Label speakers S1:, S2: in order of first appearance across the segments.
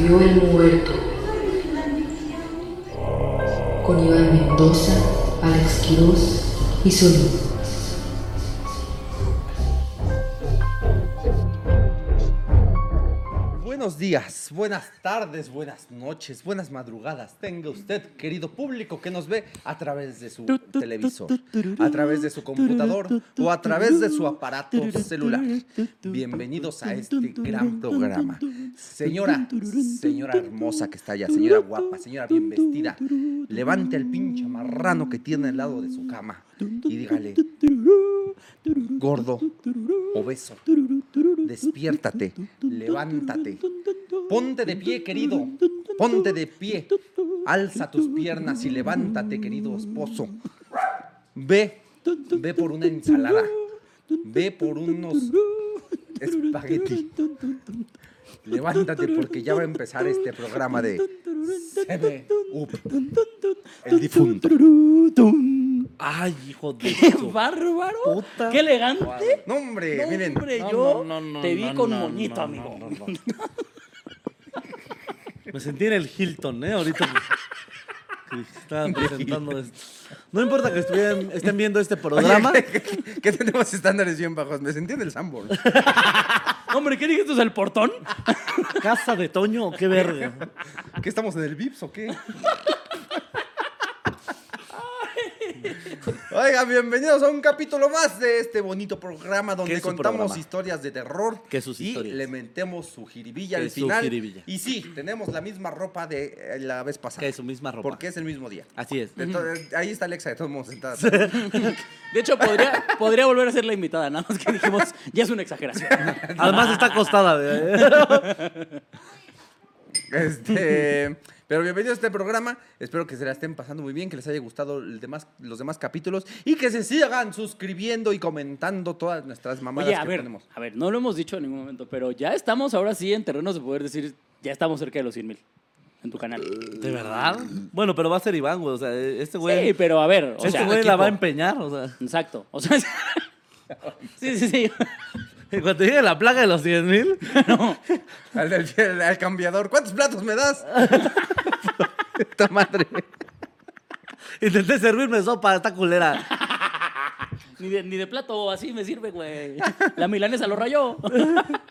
S1: murió el muerto. Con Iván Mendoza, Alex Quiroz y Solís.
S2: Buenos días, buenas tardes, buenas noches, buenas madrugadas. Tenga usted, querido público, que nos ve a través de su televisor, a través de su computador o a través de su aparato celular. Bienvenidos a este gran programa. Señora, señora hermosa que está allá, señora guapa, señora bien vestida, levante al pinche marrano que tiene al lado de su cama y dígale, gordo, obeso, despiértate, levántate, ponte de pie, querido, ponte de pie, alza tus piernas y levántate, querido esposo. Ve, ve por una ensalada, ve por unos espagueti. Levántate porque ya va a empezar este programa de CB Up, el difunto. Ay, hijo de
S3: ¡Qué
S2: su
S3: bárbaro!
S2: puta
S3: ¡Qué elegante!
S2: madre. No, hombre,
S3: No,
S2: miren.
S3: hombre,
S4: No,
S3: yo
S4: no, no, no,
S3: te vi
S4: no,
S3: con
S4: no,
S3: moñito,
S4: no,
S3: amigo.
S4: no, no, no. Me sentí en el Hilton, ¿eh? Ahorita que- que estaban presentando esto. No importa que estuvieran- estén viendo este programa.
S2: Oye, ¿qué, qué- qué tenemos estándares bien bajos? Me sentí en el Sanborn.
S3: Hombre, ¿qué dijiste? ¿Es el portón?
S4: ¿Casa de Toño o qué verga?
S2: ¿Qué estamos en el VIPS o qué? Oigan, bienvenidos a un capítulo más de este bonito programa
S4: ¿Qué
S2: donde
S4: es su
S2: contamos
S4: programa?
S2: historias de terror
S4: ¿Qué sus
S2: y
S4: historias?
S2: le metemos su jiribilla
S4: ¿Qué
S2: al
S4: es su
S2: final.
S4: jiribilla?
S2: Y sí, tenemos la misma ropa de eh, la vez pasada.
S4: Que es su misma ropa.
S2: Porque es el mismo día.
S4: Así es.
S2: Entonces, ahí está Alexa de todos modos sentada.
S3: De hecho, podría, podría volver a ser la invitada, nada más que dijimos, ya es una exageración.
S4: Además está acostada. ¿eh?
S2: Este, pero bienvenidos a este programa. Espero que se la estén pasando muy bien, que les haya gustado el demás- los demás capítulos y que se sigan suscribiendo y comentando todas nuestras mamadas
S3: Oye, a
S2: que
S3: ver,
S2: tenemos.
S3: a ver, no lo hemos dicho en ningún momento, pero ya estamos ahora sí en terrenos de poder decir, ya estamos cerca de los 100 mil en tu canal.
S4: ¿De verdad? Bueno, pero va a ser Iván, güey. O sea, este güey.
S3: sí, pero a ver, o
S4: este
S3: sea,
S4: güey la va a
S3: equipo.
S4: empeñar. O sea,
S3: Exacto. O sea, sí, sí, sí.
S4: en cuanto llegue la plaga de los 10 mil,
S2: Al, del- al- al cambiador, ¿cuántos platos me das? Esta madre.
S4: intenté servirme sopa, esta culera.
S3: Ni de, ni de plato, así me sirve, güey. La milanesa lo rayó.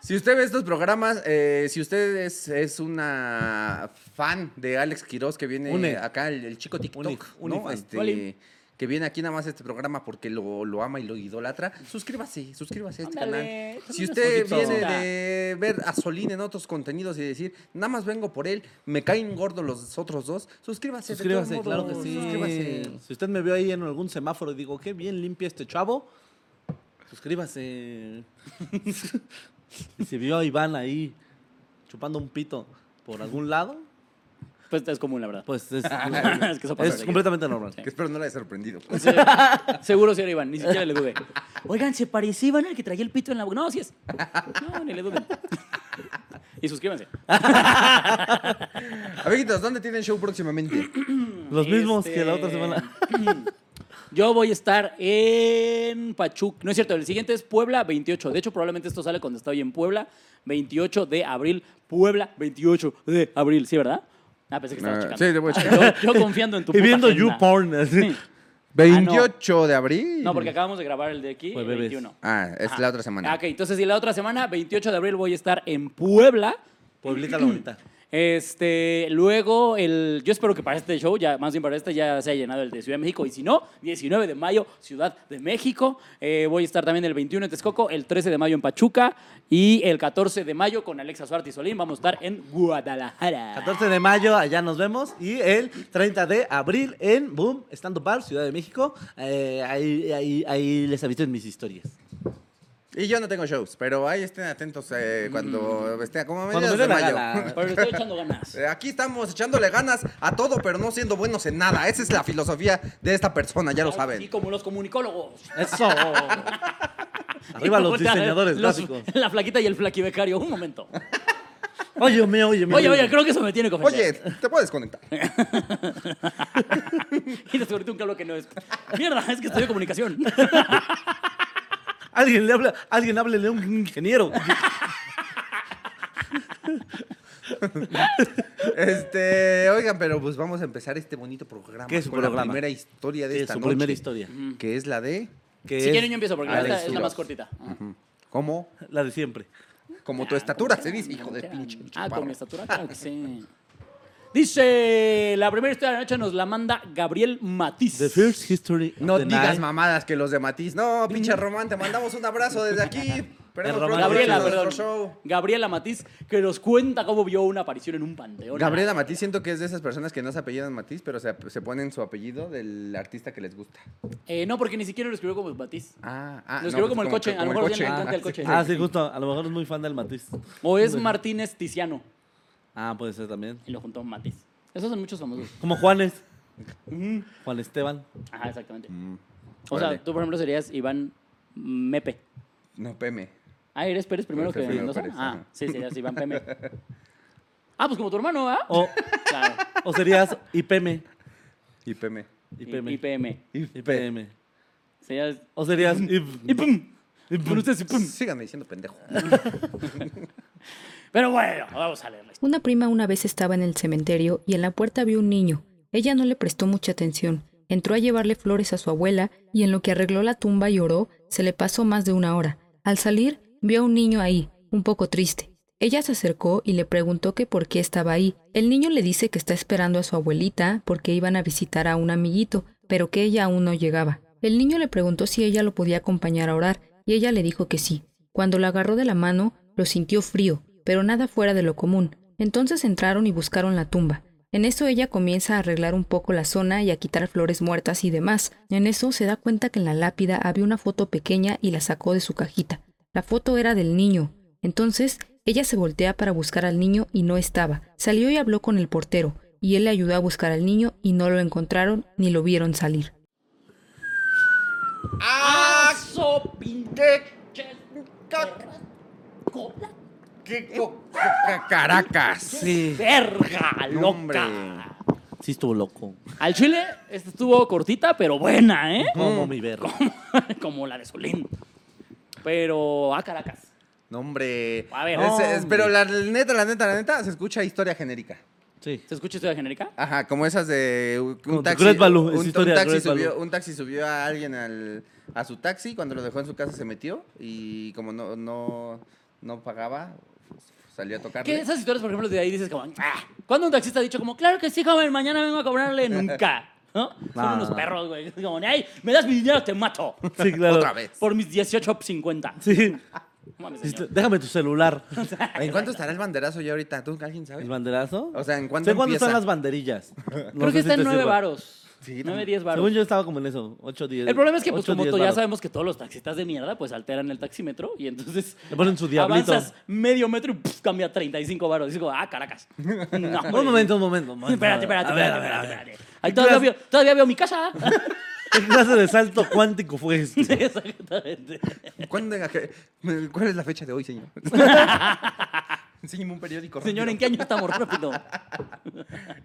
S2: Si usted ve estos programas, eh, si usted es, es una fan de Alex Quiroz que viene
S4: Une.
S2: acá, el, el chico TikTok,
S4: Uni-
S2: ¿no?
S4: unifan.
S2: Este,
S3: Oli.
S2: que viene aquí nada más a este programa porque lo, lo ama y lo idolatra, suscríbase, suscríbase a este
S3: Ándale,
S2: canal.
S3: échale
S2: Si
S3: una
S2: usted
S4: sonrisita.
S2: viene de ver a Solín en otros contenidos y decir, nada más vengo por él, me caen gordos los otros dos, suscríbase. de
S4: Suscríbase,
S2: todos
S4: claro que
S2: modos,
S4: sí.
S2: Suscríbase.
S4: Si usted me vio ahí en algún semáforo y digo, qué bien limpia este chavo, suscríbase. y si vio a Iván ahí chupando un pito por algún lado,
S3: Pues es común, la verdad.
S4: pues es,
S3: Es que eso pasa
S4: es
S3: seguido.
S4: completamente normal.
S2: Que espero no la haya sorprendido.
S3: Sí. Seguro sí era Iván, ni siquiera le dudé. Oigan, ¿se parecía Iván al que traía el pito en la boca? No, sí es. No, ni le duden. Y suscríbanse.
S2: Amiguitos, ¿dónde tienen show próximamente?
S4: Los mismos
S3: Este,
S4: que la otra semana.
S3: Yo voy a estar en Pachuca. No es cierto, el siguiente es Puebla 28. De hecho, probablemente esto sale cuando estoy en Puebla. 28 de abril. Puebla 28 de abril, ¿sí, verdad? Ah, pensé que estabas
S2: Ah,
S3: checando.
S2: sí, te voy a
S3: Ah,
S2: checar.
S3: Yo, yo confiando en tu
S4: y
S3: puta
S4: viendo
S3: agenda.
S4: YouPorn. así.
S3: Sí.
S2: 28 de abril.
S3: Ah, No, porque acabamos de grabar el de aquí,
S4: Fue
S3: el
S4: bebés.
S3: 21.
S2: Ah, es
S3: Ajá.
S2: la otra semana.
S3: Ah, Ok, entonces y la otra semana, 28 de abril, voy a estar en Puebla.
S4: Pueblita la bonita.
S3: Este, luego, el, yo espero que para este show, ya más bien para este, ya se haya llenado el de Ciudad de México. Y si no, 19 de mayo, Ciudad de México. Eh, voy a estar también el 21 en Texcoco, el 13 de mayo en Pachuca y el 14 de mayo con Alexa Suárez y Solín. Vamos a estar en Guadalajara.
S4: 14 de mayo, allá nos vemos. Y el 30 de abril en Boom, Stand Up Bar, Ciudad de México. Eh, ahí, ahí, ahí les aviso en mis historias.
S2: Y yo no tengo shows, pero ahí estén atentos eh, cuando esté como a
S4: Mm. Cuando
S2: mediados
S4: me
S2: de
S4: dé la
S2: mayo.
S4: gana.
S3: Pero le estoy echando ganas.
S2: Eh, Aquí estamos echándole ganas a todo, pero no siendo buenos en nada. Esa es la filosofía de esta persona, ya lo
S3: Y
S2: saben.
S3: como los comunicólogos.
S4: Eso. Arriba los diseñadores
S3: Los-
S4: gráficos.
S3: La flaquita y el flaquibecario. Un momento.
S4: Óyeme, óyeme.
S3: Oye, oye,
S4: óyeme.
S3: creo que eso me tiene que
S4: pues
S3: ofender.
S2: Oye, te puedes conectar.
S3: Y descubrí un claro que no es. Mierda, es que estudio comunicación.
S4: Alguien le habla, alguien háblele a un ingeniero.
S2: Este, oigan, pero pues vamos a empezar este bonito programa.
S4: ¿Qué es su
S2: con la
S4: programa?
S2: primera historia de
S4: Sí,
S2: esta
S4: su
S2: noche,
S4: primera historia.
S2: Que es la de
S4: Que
S3: Si
S4: es
S3: quieren yo empiezo porque
S2: Alex
S3: esta es la
S2: Quiroz.
S3: más cortita. Ah.
S2: cómo,
S4: la de siempre.
S2: como
S4: Ah,
S2: tu estatura se dice, hijo de pinche.
S3: Ah,
S2: chaparro.
S3: con mi estatura, claro que sí. Dice, la primera historia de la noche nos la manda Gabriel Matiz.
S4: The first history of
S2: No
S4: the
S2: digas
S4: night.
S2: mamadas que los de Matiz. No, pinche Román, te mandamos un abrazo desde aquí. Esperemos
S4: El Román.
S2: pronto
S3: Gabriela,
S2: vernos en
S3: perdón.
S2: nuestro show.
S3: Gabriela Matiz, que nos cuenta cómo vio una aparición en un panteón.
S2: Gabriela Matiz, siento que es de esas personas que no se apellidan Matiz, pero se, se ponen su apellido del artista que les gusta.
S3: Eh, no, porque ni siquiera lo escribió como Matiz.
S2: Ah, ah.
S3: Lo escribo como el
S2: que-
S3: coche, a lo mejor ya le encanta el
S2: Ah,
S3: coche.
S2: sí.
S4: Ah, sí, justo. A lo mejor es muy fan del Matiz.
S3: O es Martínez Tiziano.
S4: Ah, puede ser también.
S3: Y lo juntó Matiz. Esos son muchos famosos.
S4: Como Juanes. Juan Esteban.
S3: Ajá, exactamente. O
S2: Mm. Órale.
S3: sea, tú, por ejemplo, serías Iván Mepe.
S2: No, Peme.
S3: Ah, eres Pérez primero
S2: Pérez,
S3: que
S2: primero
S3: Mendoza.
S2: Pérez,
S3: ah,
S2: ajá.
S3: sí, serías Iván Peme. Ah, pues como tu hermano, ¿ah?
S2: Oh.
S4: O,
S3: Claro.
S4: o serías IPM.
S2: Y Peme.
S4: IPM.
S3: IPM.
S4: IPM.
S3: Serías.
S4: O serías IP.
S3: ¡Ipum! Con ustedes, ¡ipum!
S2: Síganme diciendo pendejo.
S3: Pero bueno, vamos a leerla.
S5: Una prima una vez estaba en el cementerio y en la puerta vio un niño. Ella no le prestó mucha atención. Entró a llevarle flores a su abuela y en lo que arregló la tumba y oró, se le pasó más de una hora. Al salir, vio a un niño ahí, un poco triste. Ella se acercó y le preguntó que por qué estaba ahí. El niño le dice que está esperando a su abuelita porque iban a visitar a un amiguito, pero que ella aún no llegaba. El niño le preguntó si ella lo podía acompañar a orar y ella le dijo que sí. Cuando la agarró de la mano, lo sintió frío, pero nada fuera de lo común. Entonces entraron y buscaron la tumba. En eso ella comienza a arreglar un poco la zona y a quitar flores muertas y demás. En eso se da cuenta que en la lápida había una foto pequeña y la sacó de su cajita. La foto era del niño. Entonces ella se voltea para buscar al niño y no estaba. Salió y habló con el portero, y él le ayudó a buscar al niño y no lo encontraron ni lo vieron salir.
S2: ¡Ah!
S3: ¡Aso,
S2: ¿Qué?
S3: pinche! ¡Cola!
S2: ¿Qué? co- ca- Caracas.
S4: Sí.
S2: No,
S3: ¡Verga, loca!
S2: hombre.
S4: Sí, estuvo loco.
S3: Al chile, esta estuvo cortita, pero buena, ¿eh?
S4: Como mi verga.
S3: Como la de Solín. Pero a Caracas.
S2: No, hombre.
S3: A ver.
S2: Es- es-
S4: Hombre.
S2: pero la neta, la neta, la neta, se escucha historia genérica.
S4: Sí.
S3: ¿Se escucha historia genérica?
S2: Ajá, como esas de un
S4: Como de
S2: taxi.
S4: Great Value,
S2: un,
S4: es
S2: un
S4: historia de
S2: taxi
S4: Great
S2: subió,
S4: Value.
S2: un taxi subió a alguien al, a su taxi, cuando lo dejó en su casa se metió y como no, no, no pagaba, pues, salió a tocarle.
S3: Que esas historias, por ejemplo, de ahí dices como, "Ah", ¿cuándo un taxista ha dicho como, claro que sí, joven, mañana vengo a cobrarle nunca? ¿No? Son
S4: No,
S3: unos
S4: no.
S3: perros, güey. Es Como, ay, me das mi dinero, te mato.
S4: Sí, claro.
S2: Otra vez.
S3: Por mis 18.50.
S4: Sí. Este,
S3: Mames,
S4: Sí,
S3: señor.
S4: Déjame tu celular.
S2: ¿En cuánto estará el banderazo ya ahorita? ¿Tú alguien sabe?
S4: ¿El banderazo?
S2: ¿Eh? O sea, ¿en cuánto
S4: ¿Sé cuándo
S2: empieza?
S4: están las banderillas? No
S3: Creo
S4: sé
S3: que
S4: si
S3: está en
S4: te
S3: 9
S4: sirva.
S3: varos.
S2: Sí,
S3: 9, 10 varos.
S4: Según yo estaba como en eso, 8, 10.
S3: El problema es que, pues, como to- ya
S4: sabemos
S3: sabemos que todos los taxistas de mierda, pues alteran el taxímetro y entonces.
S4: Le ponen su diablito.
S3: Avanzas medio metro y pf, cambia a 35 baros. Dices, como, ah, Caracas. No, hombre.
S4: Un momento, un momento. un momento.
S3: Espérate, espérate,
S4: A
S3: espérate,
S4: ver, a ver, a
S3: espérate.
S4: ver.
S3: espérate. Ahí todavía
S4: Claro.
S3: veo, todavía veo mi casa.
S4: ¿Qué clase de salto cuántico fue este?
S3: Sí, Exactamente.
S2: ¿Cuándo- ¿Cuál es la fecha de hoy, señor? Enséñeme un periódico.
S3: Señor, ¿en
S2: rápido.
S3: qué año estamos? Rápido.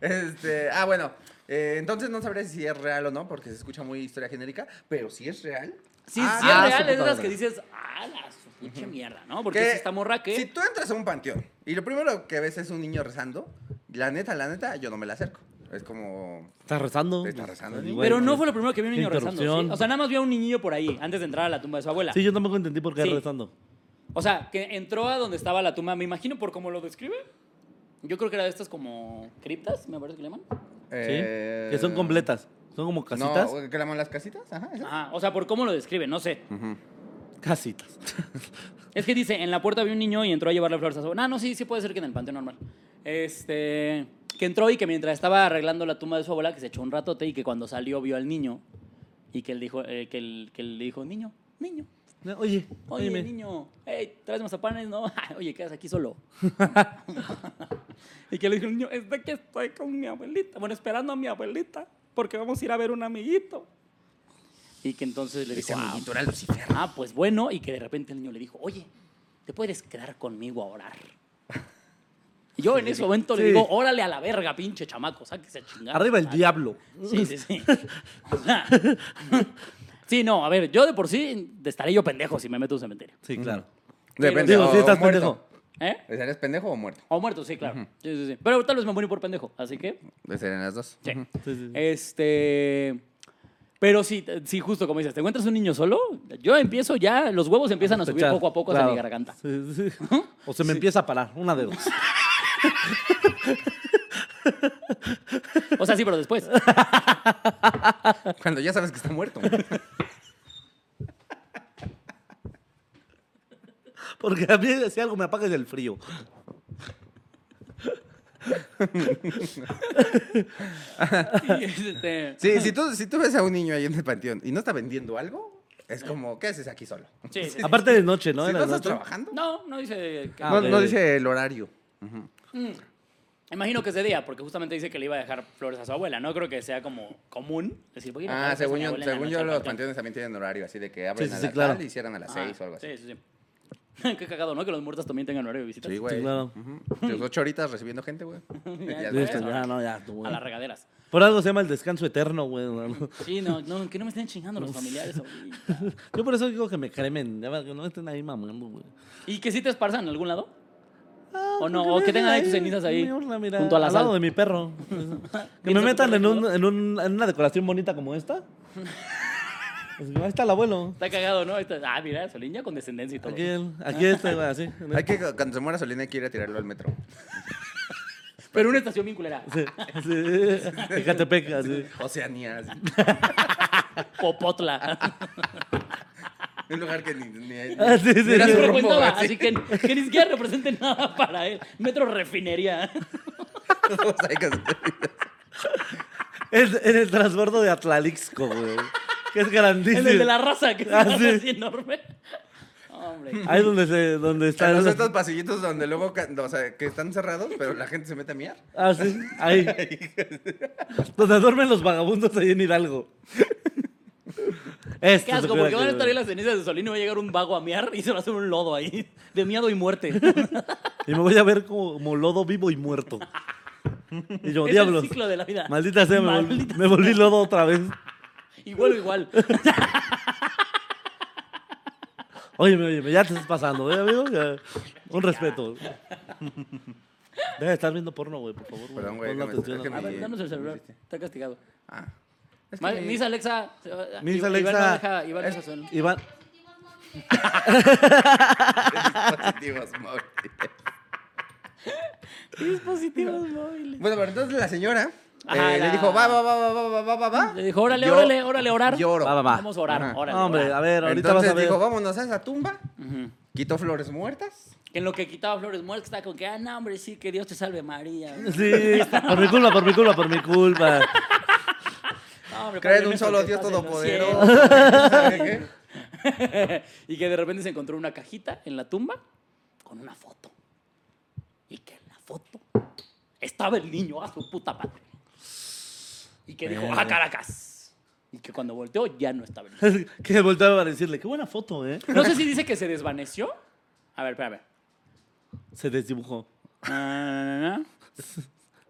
S2: Este, ah, bueno. eh, entonces no sabré si es real o no, porque se escucha muy historia genérica, pero si es real.
S3: Sí,
S2: Ah,
S3: sí, es
S2: ah, su
S3: real. Es de las
S2: puta
S3: que
S2: madre.
S3: dices, ah, la su pinche mierda, ¿no?
S2: Que
S3: Porque si está morra que.
S2: Si tú entras a un panteón y lo primero que ves es un niño rezando, la neta, la neta, yo no me la acerco. Es como.
S4: ¿Estás rezando?
S2: Está rezando,
S4: Igual,
S2: niño.
S3: Pero
S4: güey.
S3: no fue lo primero que vi un
S4: pues, Qué
S3: niño rezando.
S4: interrupción.
S3: ¿sí? O sea, nada más vi a un niñillo por ahí antes de entrar a la tumba de su abuela.
S4: Sí, yo tampoco entendí por qué
S3: Sí.
S4: rezando.
S3: O sea, que entró a donde estaba la tumba, me imagino por cómo lo describe. Yo creo que era de estas como criptas, me parece que le llaman.
S2: eh,
S4: ¿Sí? Que son completas. Son como casitas.
S2: No, ¿qué llaman las casitas? Ajá, esas.
S3: Ajá, o sea, por cómo lo describe, no sé.
S4: Casitas.
S3: Es que dice, en la puerta había un niño y entró a llevarle flores a su abuela. Ah, no, sí, sí puede ser que en el panteón normal. Este, que entró y que mientras estaba arreglando la tumba de su abuela, que se echó un ratote y que cuando salió vio al niño y que él dijo, eh, que él, que él dijo, niño, niño,
S4: No, Oye,
S3: oye,
S4: óyeme.
S3: niño, hey, traes mazapanes, ¿no? oye, quedas aquí solo. y que le dijo el niño, es de que estoy con mi abuelita, bueno, esperando a mi abuelita, porque vamos a ir a ver un amiguito. Y que entonces le dijo,
S2: Ese
S3: "Ah,
S2: amiguito era Lucifer.
S3: Ah, pues bueno, y que de repente el niño le dijo, oye, ¿te puedes quedar conmigo a orar? Y yo en ese momento le
S4: Sí.
S3: digo, órale a la verga, pinche chamaco, sáquese a chingar.
S4: Arriba el
S3: Ah,
S4: diablo.
S3: Sí, sí, sí. O sea, sí, no, a ver, yo de por sí estaré yo pendejo si me meto a un cementerio.
S4: Sí, claro.
S2: Depende,
S4: Digo,
S2: o-
S4: sí,
S2: o
S4: estás
S2: muerto.
S4: pendejo.
S3: ¿Eh?
S2: ¿Estarías pendejo o muerto?
S3: O muerto, sí, claro. Sí, sí, sí. Pero tal vez me muero por pendejo, así que.
S2: Serían las dos.
S3: Sí.
S4: Sí, sí, sí.
S3: Este. Pero sí, sí, justo como dices, te encuentras un niño solo, yo empiezo ya, los huevos empiezan a subir
S4: Sospechar,
S3: poco a poco
S4: claro.
S3: hacia mi garganta.
S4: Sí, sí, sí. O se me empieza a parar, una de dos.
S3: O sea, sí, pero después.
S2: Cuando ya sabes que está muerto.
S4: Porque a mí si algo me apaga es el frío.
S3: Y, este,
S2: Sí, si tú, si tú ves a un niño ahí en el panteón y no está vendiendo algo, es como, ¿qué haces aquí solo?
S3: sí, sí.
S4: Aparte de noche, ¿no?
S2: si
S4: En
S2: no
S4: la
S2: estás
S4: noche.
S2: trabajando,
S3: No, no dice. que-
S4: Ah,
S2: no,
S4: ok,
S2: no
S4: ok.
S2: dice el horario.
S3: Imagino que ese día, porque justamente dice que le iba a dejar flores a su abuela. No creo que sea como común decir, voy a ir a
S2: Ah,
S3: dejar flores a
S2: según
S3: mi
S2: yo,
S3: abuela en la
S2: según
S3: noche
S2: yo
S3: al
S2: los
S3: panteón.
S2: panteones también tienen horario, así de que abren
S4: sí,
S2: a
S4: sí,
S2: la
S4: claro.
S2: tarde y cierran a las
S3: Ah,
S2: seis o algo así.
S3: Sí, sí, sí. Qué cagado, ¿no? Que los muertos también tengan horario de visitas.
S2: Sí, güey.
S4: Sí, claro.
S2: Ujú. Tus ocho horitas recibiendo gente, güey.
S3: Ya,
S2: Ya,
S3: Este, ya,
S2: güey.
S4: Listo, ya, no, ya, tú,
S3: A
S4: güey.
S3: las regaderas.
S4: Por algo se llama el descanso eterno, güey. ¿no?
S3: Sí, no, no, que no me estén chingando los familiares ahorita.
S4: Yo por eso digo que me cremen, ya ves, que no estén ahí mamando, güey.
S3: ¿Y que sí te esparzan en algún lado?
S4: Ah,
S3: O no,
S4: porque
S3: o
S4: me
S3: que tengan
S4: dejen
S3: ahí tus cenizas ahí,
S4: mi urna, mira,
S3: junto a la
S4: al
S3: sal.
S4: lado de mi perro. que me
S3: ¿Piensas
S4: metan
S3: que
S4: en,
S3: te
S4: un,
S3: ayuda?
S4: en, un- en una decoración bonita como esta. Así que ahí está el abuelo.
S3: Está cagado, ¿no? Está- ah, mira, Solín ya con descendencia y todo.
S4: Aquí, el- aquí este, güey, así.
S2: Hay que, cuando se muera Solina, hay que ir a tirarlo al metro.
S3: Pero una estación bien culera.
S4: Sí, sí. Ecatepec, así.
S2: Oceanía, así.
S3: Popotla.
S2: Un lugar que ni. ni-
S4: Ah, sí, sí,
S2: ni era
S4: sí.
S2: su
S4: Yo
S2: rumbo,
S3: frecuentaba,
S2: güey,
S3: así
S2: sí.
S3: que, que ni siquiera represente nada para él. Metro refinería.
S2: Todos ahí con-
S4: Es- en el transbordo de Atlalixco, güey. Que es grandísimo.
S3: El, el de la raza, que es
S4: Ah,
S3: una
S4: sí.
S3: raza así enorme. Hombre.
S4: Ahí donde, se, donde está.
S2: Los estos pasillitos donde luego, ca- o sea, que están cerrados, pero la gente se mete a miar.
S4: Ah, sí, ahí. donde duermen los vagabundos ahí en Hidalgo.
S3: Qué
S4: Esto se
S3: asco,
S4: cuida
S3: porque van a
S4: que-
S3: estar ahí las cenizas de Solín y va a llegar un vago a mear y se va a hacer un lodo ahí. De miado y muerte.
S4: Y me voy a ver como, como lodo vivo y muerto. Y yo,
S3: Es
S4: diablos.
S3: el ciclo de la vida.
S4: Maldita sea, me, vol-
S3: Maldita
S4: me volví lodo otra vez.
S3: Y vuelvo igual.
S4: Óyeme, óyeme, ya te estás pasando, ¿eh, amigo? Ya, Un respeto. Deja de estar viendo porno, güey, por favor.
S2: Perdón, güey,
S4: Pon la
S2: que me-
S4: atención
S2: que
S4: a-
S3: A ver,
S2: Sí,
S3: danos el celular.
S2: sí, sí.
S3: Está castigado.
S2: Ah. Es
S3: Ma-
S2: que-
S3: Miss Alexa.
S4: Miss
S3: Iván
S4: Alexa.
S3: no deja- Iván no deja su-
S4: Iván,
S2: dispositivos móviles.
S3: Dispositivos móviles.
S2: Bueno, pero entonces la señora
S3: Ajá,
S2: eh,
S3: la-
S2: le dijo, va, va, va, va, va, va, va, va, va.
S3: Le dijo, órale,
S2: Yo-
S3: órale, órale, orar.
S2: Lloro.
S4: Va, va, va.
S3: Ah, Vamos a orar,
S2: Ajá.
S3: órale.
S4: hombre,
S3: orar.
S4: a ver, ahorita
S2: entonces
S4: vas a ver.
S2: dijo, vámonos a esa tumba.
S3: Ujú.
S2: Quitó flores muertas.
S3: Que en lo que quitaba Flores Muertas estaba con que, ah, no, hombre, sí, que Dios te salve María. No,
S4: Sí, por mi culpa, por mi culpa, por mi culpa.
S2: Creen
S3: hombre, Padre
S2: un
S3: nuestro
S2: solo
S3: que
S2: Dios
S3: estás en los
S2: todopoderoso.
S3: cielos.
S2: ¿Sabe qué?
S3: y que de repente se encontró una cajita en la tumba con una foto. Y que en la foto estaba el niño a su puta madre. Y que dijo, ah, caracas. Y que cuando volteó ya no estaba el niño.
S4: que volteaba a decirle, qué buena foto, ¿eh?
S3: No sé si dice que se desvaneció. A ver, espérame.
S4: Se desdibujó,
S3: Ah,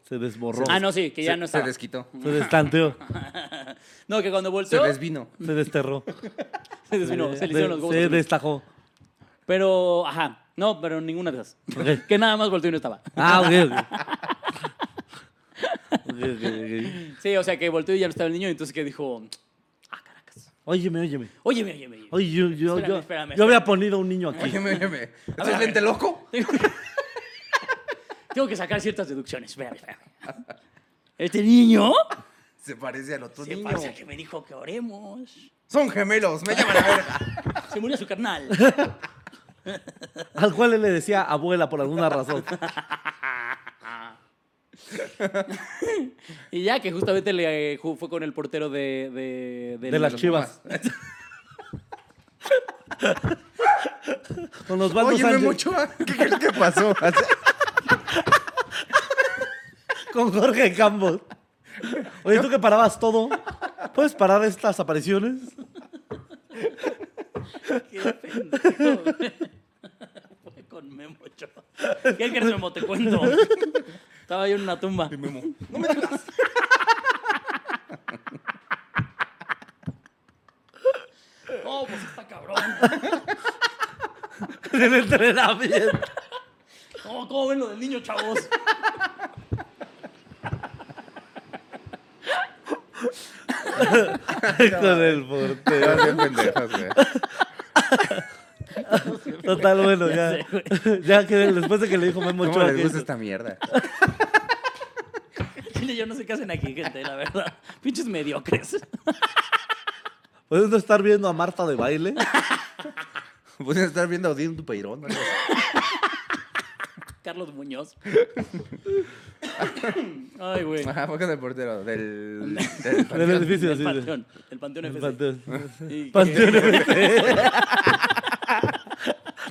S4: se desborró,
S3: no, sí, que ya
S2: Se-
S3: no
S2: Se
S3: estaba.
S2: desquitó.
S4: se destanteó,
S3: No, que cuando
S2: Se
S3: volteó
S2: desvino.
S4: se desterró.
S3: se desvinó, se le hicieron los huevos.
S4: Se
S3: horribles.
S4: destajó.
S3: Pero, ajá, no, pero ninguna de esas.
S4: Ok.
S3: Que nada más volteó y no estaba.
S4: Ah, ok, ok. Ok, ok, ok.
S3: Sí, o sea, que volteó y ya no estaba el niño, entonces que dijo, ah, caracas.
S4: Óyeme, óyeme.
S3: Óyeme, óyeme. óyeme.
S4: Oye, yo, yo,
S3: Espérame,
S4: yo,
S3: espérame,
S4: yo había
S3: espérame.
S4: ponido un niño aquí.
S2: Oye, me, me- me. ¿Estás lente loco?
S3: Tengo que sacar ciertas deducciones. Espérame, espérame. Este niño
S2: Se parece al otro
S3: se
S2: niño.
S3: parece al que me dijo que oremos.
S2: Son gemelos, me llaman a ver.
S3: Se murió su carnal.
S4: Al cual él le decía abuela por alguna razón.
S3: Y ya que justamente le eh, ju- fue con el portero de... De, del-
S4: De las chivas. Con Osvaldo
S2: Oye, me
S4: Sánchez.
S2: mucho. ¿Qué crees que pasó?
S4: Con Jorge Campos. Oye, tú que parabas todo. ¿Puedes parar estas apariciones?
S3: Qué pendejo, güey. Fue con Memo Ochoa. ¿Qué quieres, Memo? Te cuento. Estaba yo en una tumba.
S2: No me digas.
S3: No, pues está cabrón.
S4: En el entrenamiento.
S3: cagó. Oh, ¿Cómo ven lo del niño, chavos?
S4: Con el portero.
S6: Estás bien pendejas, güey.
S4: Total, bueno,
S3: Ya
S4: ya.
S3: sé, güey.
S4: Ya que después de que le dijo
S2: ¿Cómo
S4: Memo Ochoa
S2: les
S4: que-
S2: gusta esta mierda?
S3: Chile, yo no sé qué hacen aquí, gente, la verdad. Pinches mediocres.
S4: ¿Puedes no estar viendo a Marta de baile?
S2: Pueden estar viendo a Odín Dupeirón. ¿no?
S3: Carlos Muñoz. Ay, güey.
S4: Ah,
S2: Ajá, fue con el portero del... del
S4: Del
S2: panteón.
S4: edificio,
S3: El
S4: así de.
S3: Panteón. El Panteón
S4: El
S3: FC.
S4: Panteón.
S3: Y que-
S4: Panteón FC.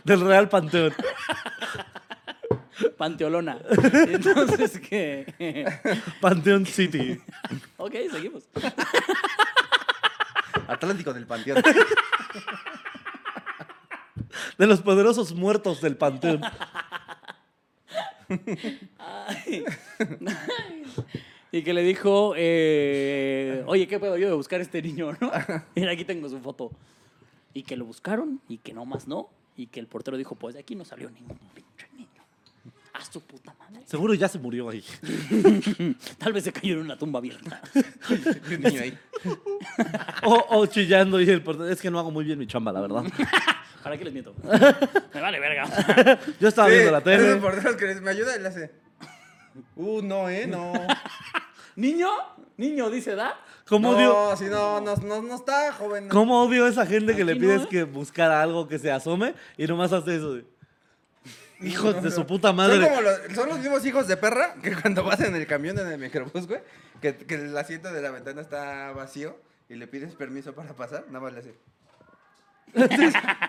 S4: Del Real Panteón.
S3: Panteolona. Entonces, que...
S4: Panteón City.
S3: ok, seguimos.
S2: Atlántico del Panteón.
S4: De los poderosos muertos del Panteón.
S3: Ay. y que le dijo, eh, oye, ¿qué puedo yo de buscar a este niño? ¿no? Mira, aquí tengo su foto. Y que lo buscaron y que no más no. Y que el portero dijo, pues de aquí no salió ningún pinche niño. A su puta madre.
S4: Seguro ya se murió ahí.
S3: Tal vez se cayó en una tumba abierta.
S2: Y un niño ahí.
S4: O, o chillando y el portero. Es que no hago muy bien mi chamba, la verdad.
S3: ¿Para qué les miento? Me vale verga.
S4: Yo estaba
S2: Sí,
S4: viendo la
S2: esos
S4: tele.
S2: porteros que les- me ayuda y le hace... Uh, no, eh, no.
S3: Niño, niño, dice, ¿da?
S4: ¿Cómo odio?
S2: No, si no, no, no, no está, joven.
S4: ¿Cómo odio a esa gente que le
S3: Aquí
S4: pides
S3: no, ¿eh?
S4: que buscara algo que se asome y nomás hace eso? de, Hijos de su puta
S2: Son,
S4: madre.
S2: como los, son los mismos hijos de perra que cuando vas en el camión en el microbús, güey, que, que el asiento de la ventana está vacío y le pides permiso para pasar, nada más le hace.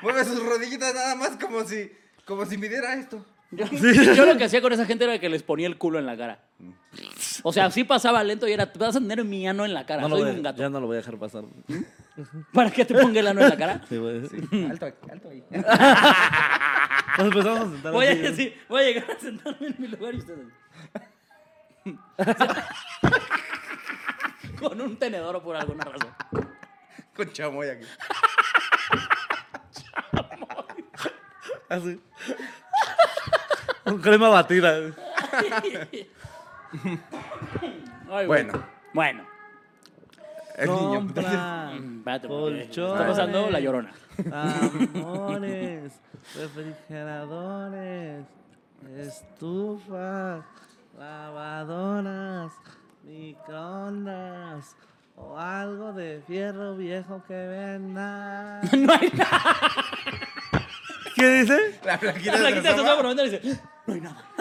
S2: Mueve sus rodillitas nada más como si, como si midiera esto.
S3: Yo, yo lo que hacía con esa gente era que les ponía el culo en la cara. O sea, sí pasaba lento y era, te vas a tener mi ano en la cara.
S4: No lo
S3: Soy
S4: voy a-
S3: un gato.
S4: ya no lo voy a dejar pasar.
S3: ¿Para qué te ponga el ano en la cara?
S4: Sí, güey.
S2: Alto, aquí, alto ahí.
S4: Nos empezamos a sentar
S3: Voy a,
S4: así, güey.
S3: sí, voy a llegar a sentarme en mi lugar y ustedes. Con un tenedor o por alguna razón.
S2: Con chamoy aquí.
S4: Así. Con crema batida. güey.
S3: Ay, güey.
S2: Bueno.
S3: Bueno.
S2: El niño.
S4: Compra
S3: Mm, Espérate, porque
S4: colchones,
S3: está pasando la llorona.
S4: Amores, refrigeradores, estufas, lavadoras, microondas o algo de fierro viejo que venda.
S3: No hay nada.
S4: ¿Qué dice?
S2: La flaquita
S3: La
S2: se
S3: flaquita se
S2: asoma.
S3: asoma por la ventana y dice, no hay nada.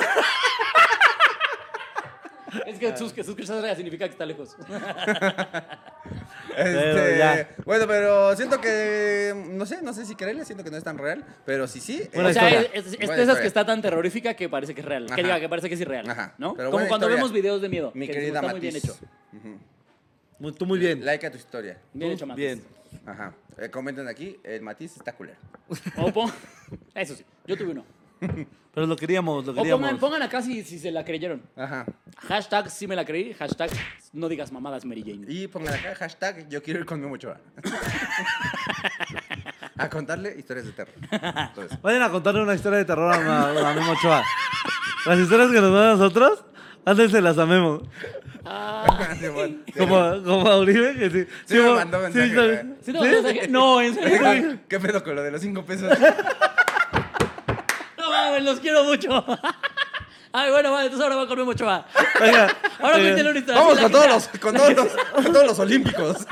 S3: Es que
S2: Ah.
S3: sus que sus cruzadas significa que está lejos.
S2: Este,
S4: Pero ya.
S2: Bueno, pero siento que. No sé, no sé si creerle, siento que no es tan real. Pero sí, sí.
S4: Buena
S3: o
S2: es-
S3: sea,
S4: historia.
S3: es, es-
S2: Buena
S3: es de esas
S2: historia.
S3: que está tan terrorífica que parece que es real.
S2: Ajá.
S3: Que diga que parece que es irreal.
S2: Ajá.
S3: ¿no?
S2: Pero
S3: Como
S2: buena
S3: cuando
S2: historia.
S3: vemos videos de miedo.
S2: Mi
S3: que
S2: querida
S3: está muy bien
S2: Matiz.
S3: hecho.
S4: Muy- Tú muy bien.
S2: Like a tu historia.
S3: Bien
S4: Tú
S3: hecho, Matiz.
S4: bien.
S2: Ajá. Eh, comenten aquí, el matiz está culero.
S3: O pon- Eso sí, yo tuve uno.
S4: Pero lo queríamos, lo
S3: O pongan,
S4: queríamos.
S3: pongan acá si, si se la creyeron.
S2: Ajá.
S3: Hashtag si me la creí, hashtag no digas mamadas Mary Jane.
S2: Y pongan acá hashtag yo quiero ir con Memo Ochoa. a contarle historias de terror. Entonces,
S4: Vayan a contarle una historia de terror a, a, a Memo Ochoa. Las historias que nos dan a nosotros, antes se las amemos.
S2: sí, bueno.
S4: Como, como a Uribe, que sí.
S2: Sí me mandó mensaje,
S4: está-
S2: güey.
S3: ¿Sí te mandó mensaje? No, en serio.
S2: Oigan, ¿Qué pedo con lo de los cinco pesos?
S3: No mames, los quiero mucho. Ay, bueno, vale, entonces ahora va con Memo Ochoa.
S4: Oiga,
S3: Ahora
S4: oiga.
S3: cuéntenle una historia.
S2: Vamos
S3: La
S2: con
S3: que
S2: todos,
S3: sea.
S2: los, con, todos los, con todos los olímpicos.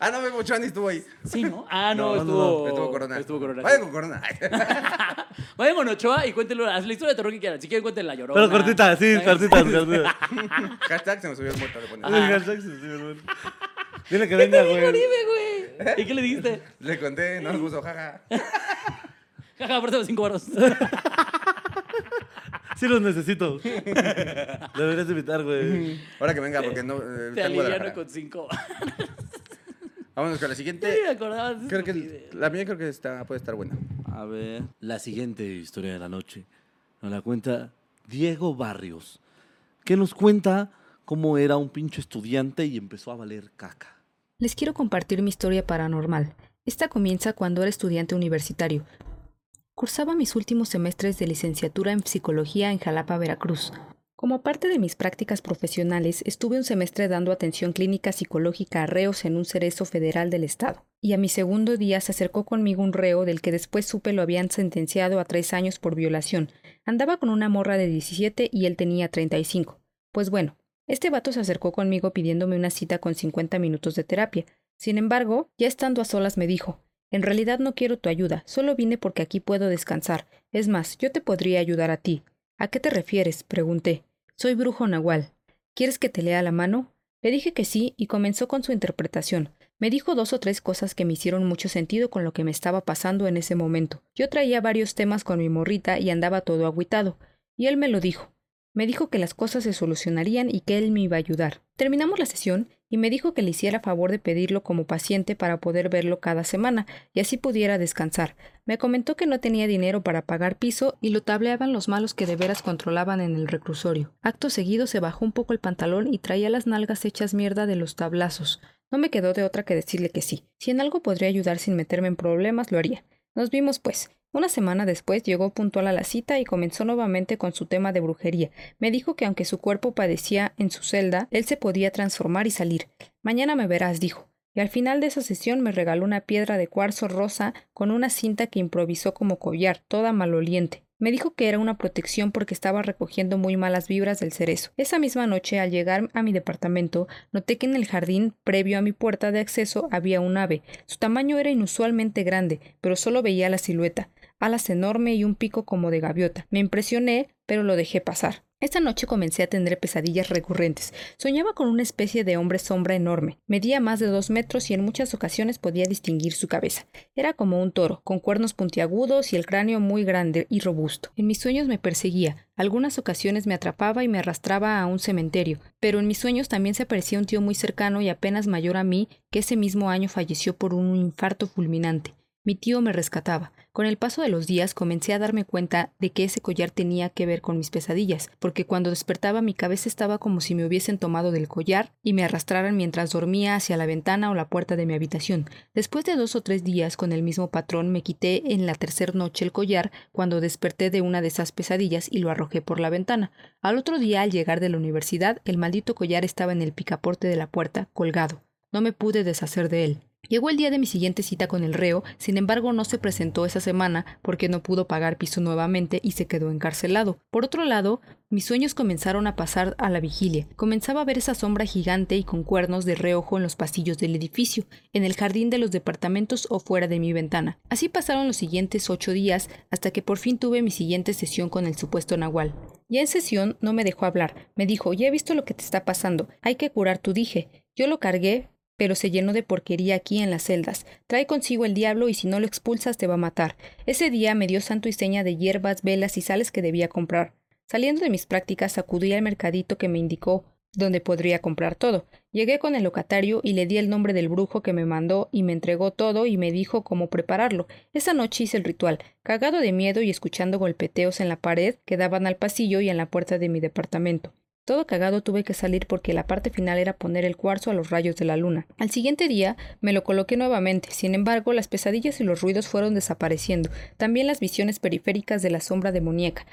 S2: ah, no, Memo Ochoa ni estuvo ahí.
S3: Sí, ¿no? Ah, no,
S4: No, no,
S3: estuvo.
S2: Estuvo Corona.
S3: Estuvo Corona.
S2: Vaya con Corona.
S3: Vayan con Ochoa y cuéntenlo. Haz la historia de terror que quieran. Si quieren, cuéntenla llorona.
S4: Pero cortita, sí,
S3: Vayan-
S4: cortita, cortita.
S2: hashtag se me subió el muerto. Le, pones.
S4: Oiga, Jackson, sí, hermano. Dile que venga,
S3: Dijo
S4: güey. ¿Eh?
S3: Oribe, güey. ¿Y qué le dijiste?
S2: le conté, no le puso jaja.
S3: Jaja, por los cinco baros.
S4: Sí los necesito. Deberías invitar, güey.
S2: Ahora que venga, porque no. eh,
S3: Te
S2: está en
S3: aliviano
S2: Guadalajara.
S3: con cinco.
S2: Vámonos con la
S3: Yo ni me
S2: siguiente.
S3: acordaba de esos
S2: Creo que
S3: videos.
S2: la mía creo que está, puede estar buena.
S4: A ver. La siguiente historia de la noche nos la cuenta Diego Barrios, que nos cuenta cómo era un pinche estudiante y empezó a valer caca.
S5: Les quiero compartir mi historia paranormal. Esta comienza cuando era estudiante universitario. Cursaba mis últimos semestres de licenciatura en psicología en Jalapa, Veracruz. Como parte de mis prácticas profesionales, estuve un semestre dando atención clínica psicológica a reos en un cerezo federal del Estado. Y a mi segundo día se acercó conmigo un reo del que después supe lo habían sentenciado a tres años por violación. Andaba con una morra de 17 y él tenía 35. Pues bueno, este vato se acercó conmigo pidiéndome una cita con 50 minutos de terapia. Sin embargo, ya estando a solas me dijo, en realidad no quiero tu ayuda, solo vine porque aquí puedo descansar. Es más, yo te podría ayudar a ti. ¿A qué te refieres? pregunté. Soy brujo nahual. ¿Quieres que te lea la mano? Le dije que sí y comenzó con su interpretación. Me dijo dos o tres cosas que me hicieron mucho sentido con lo que me estaba pasando en ese momento. Yo traía varios temas con mi morrita y andaba todo agüitado, y él me lo dijo. Me dijo que las cosas se solucionarían y que él me iba a ayudar. Terminamos la sesión y me dijo que le hiciera favor de pedirlo como paciente para poder verlo cada semana y así pudiera descansar. Me comentó que no tenía dinero para pagar piso y lo tableaban los malos que de veras controlaban en el reclusorio. Acto seguido se bajó un poco el pantalón y traía las nalgas hechas mierda de los tablazos. No me quedó de otra que decirle que sí. Si en algo podría ayudar sin meterme en problemas, lo haría. Nos vimos, pues. Una semana después llegó puntual a la cita y comenzó nuevamente con su tema de brujería. Me dijo que aunque su cuerpo padecía en su celda, él se podía transformar y salir. Mañana me verás, dijo. Y al final de esa sesión me regaló una piedra de cuarzo rosa con una cinta que improvisó como collar, toda maloliente. Me dijo que era una protección porque estaba recogiendo muy malas vibras del cerezo. Esa misma noche, al llegar a mi departamento, noté que en el jardín, previo a mi puerta de acceso, había un ave. Su tamaño era inusualmente grande, pero solo veía la silueta alas enorme y un pico como de gaviota. Me impresioné, pero lo dejé pasar. Esta noche comencé a tener pesadillas recurrentes. Soñaba con una especie de hombre sombra enorme. Medía más de dos metros y en muchas ocasiones podía distinguir su cabeza. Era como un toro, con cuernos puntiagudos y el cráneo muy grande y robusto. En mis sueños me perseguía. Algunas ocasiones me atrapaba y me arrastraba a un cementerio. Pero en mis sueños también se aparecía un tío muy cercano y apenas mayor a mí, que ese mismo año falleció por un infarto fulminante. Mi tío me rescataba. Con el paso de los días comencé a darme cuenta de que ese collar tenía que ver con mis pesadillas, porque cuando despertaba mi cabeza estaba como si me hubiesen tomado del collar y me arrastraran mientras dormía hacia la ventana o la puerta de mi habitación. Después de dos o tres días con el mismo patrón me quité en la tercera noche el collar cuando desperté de una de esas pesadillas y lo arrojé por la ventana. Al otro día al llegar de la universidad el maldito collar estaba en el picaporte de la puerta, colgado. No me pude deshacer de él. Llegó el día de mi siguiente cita con el reo, sin embargo no se presentó esa semana porque no pudo pagar piso nuevamente y se quedó encarcelado. Por otro lado, mis sueños comenzaron a pasar a la vigilia. Comenzaba a ver esa sombra gigante y con cuernos de reojo en los pasillos del edificio, en el jardín de los departamentos o fuera de mi ventana. Así pasaron los siguientes ocho días hasta que por fin tuve mi siguiente sesión con el supuesto Nahual. Ya en sesión no me dejó hablar. Me dijo, ya he visto lo que te está pasando, hay que curar tu dije. Yo lo cargué, pero se llenó de porquería aquí en las celdas. Trae consigo el diablo y si no lo expulsas te va a matar. Ese día me dio santo y seña de hierbas, velas y sales que debía comprar. Saliendo de mis prácticas acudí al mercadito que me indicó donde podría comprar todo. Llegué con el locatario y le di el nombre del brujo que me mandó y me entregó todo y me dijo cómo prepararlo. Esa noche hice el ritual, cagado de miedo y escuchando golpeteos en la pared que daban al pasillo y en la puerta de mi departamento. Todo cagado tuve que salir porque la parte final era poner el cuarzo a los rayos de la luna. Al siguiente día me lo coloqué nuevamente, sin embargo las pesadillas y los ruidos fueron desapareciendo, también las visiones periféricas de la sombra demoníaca.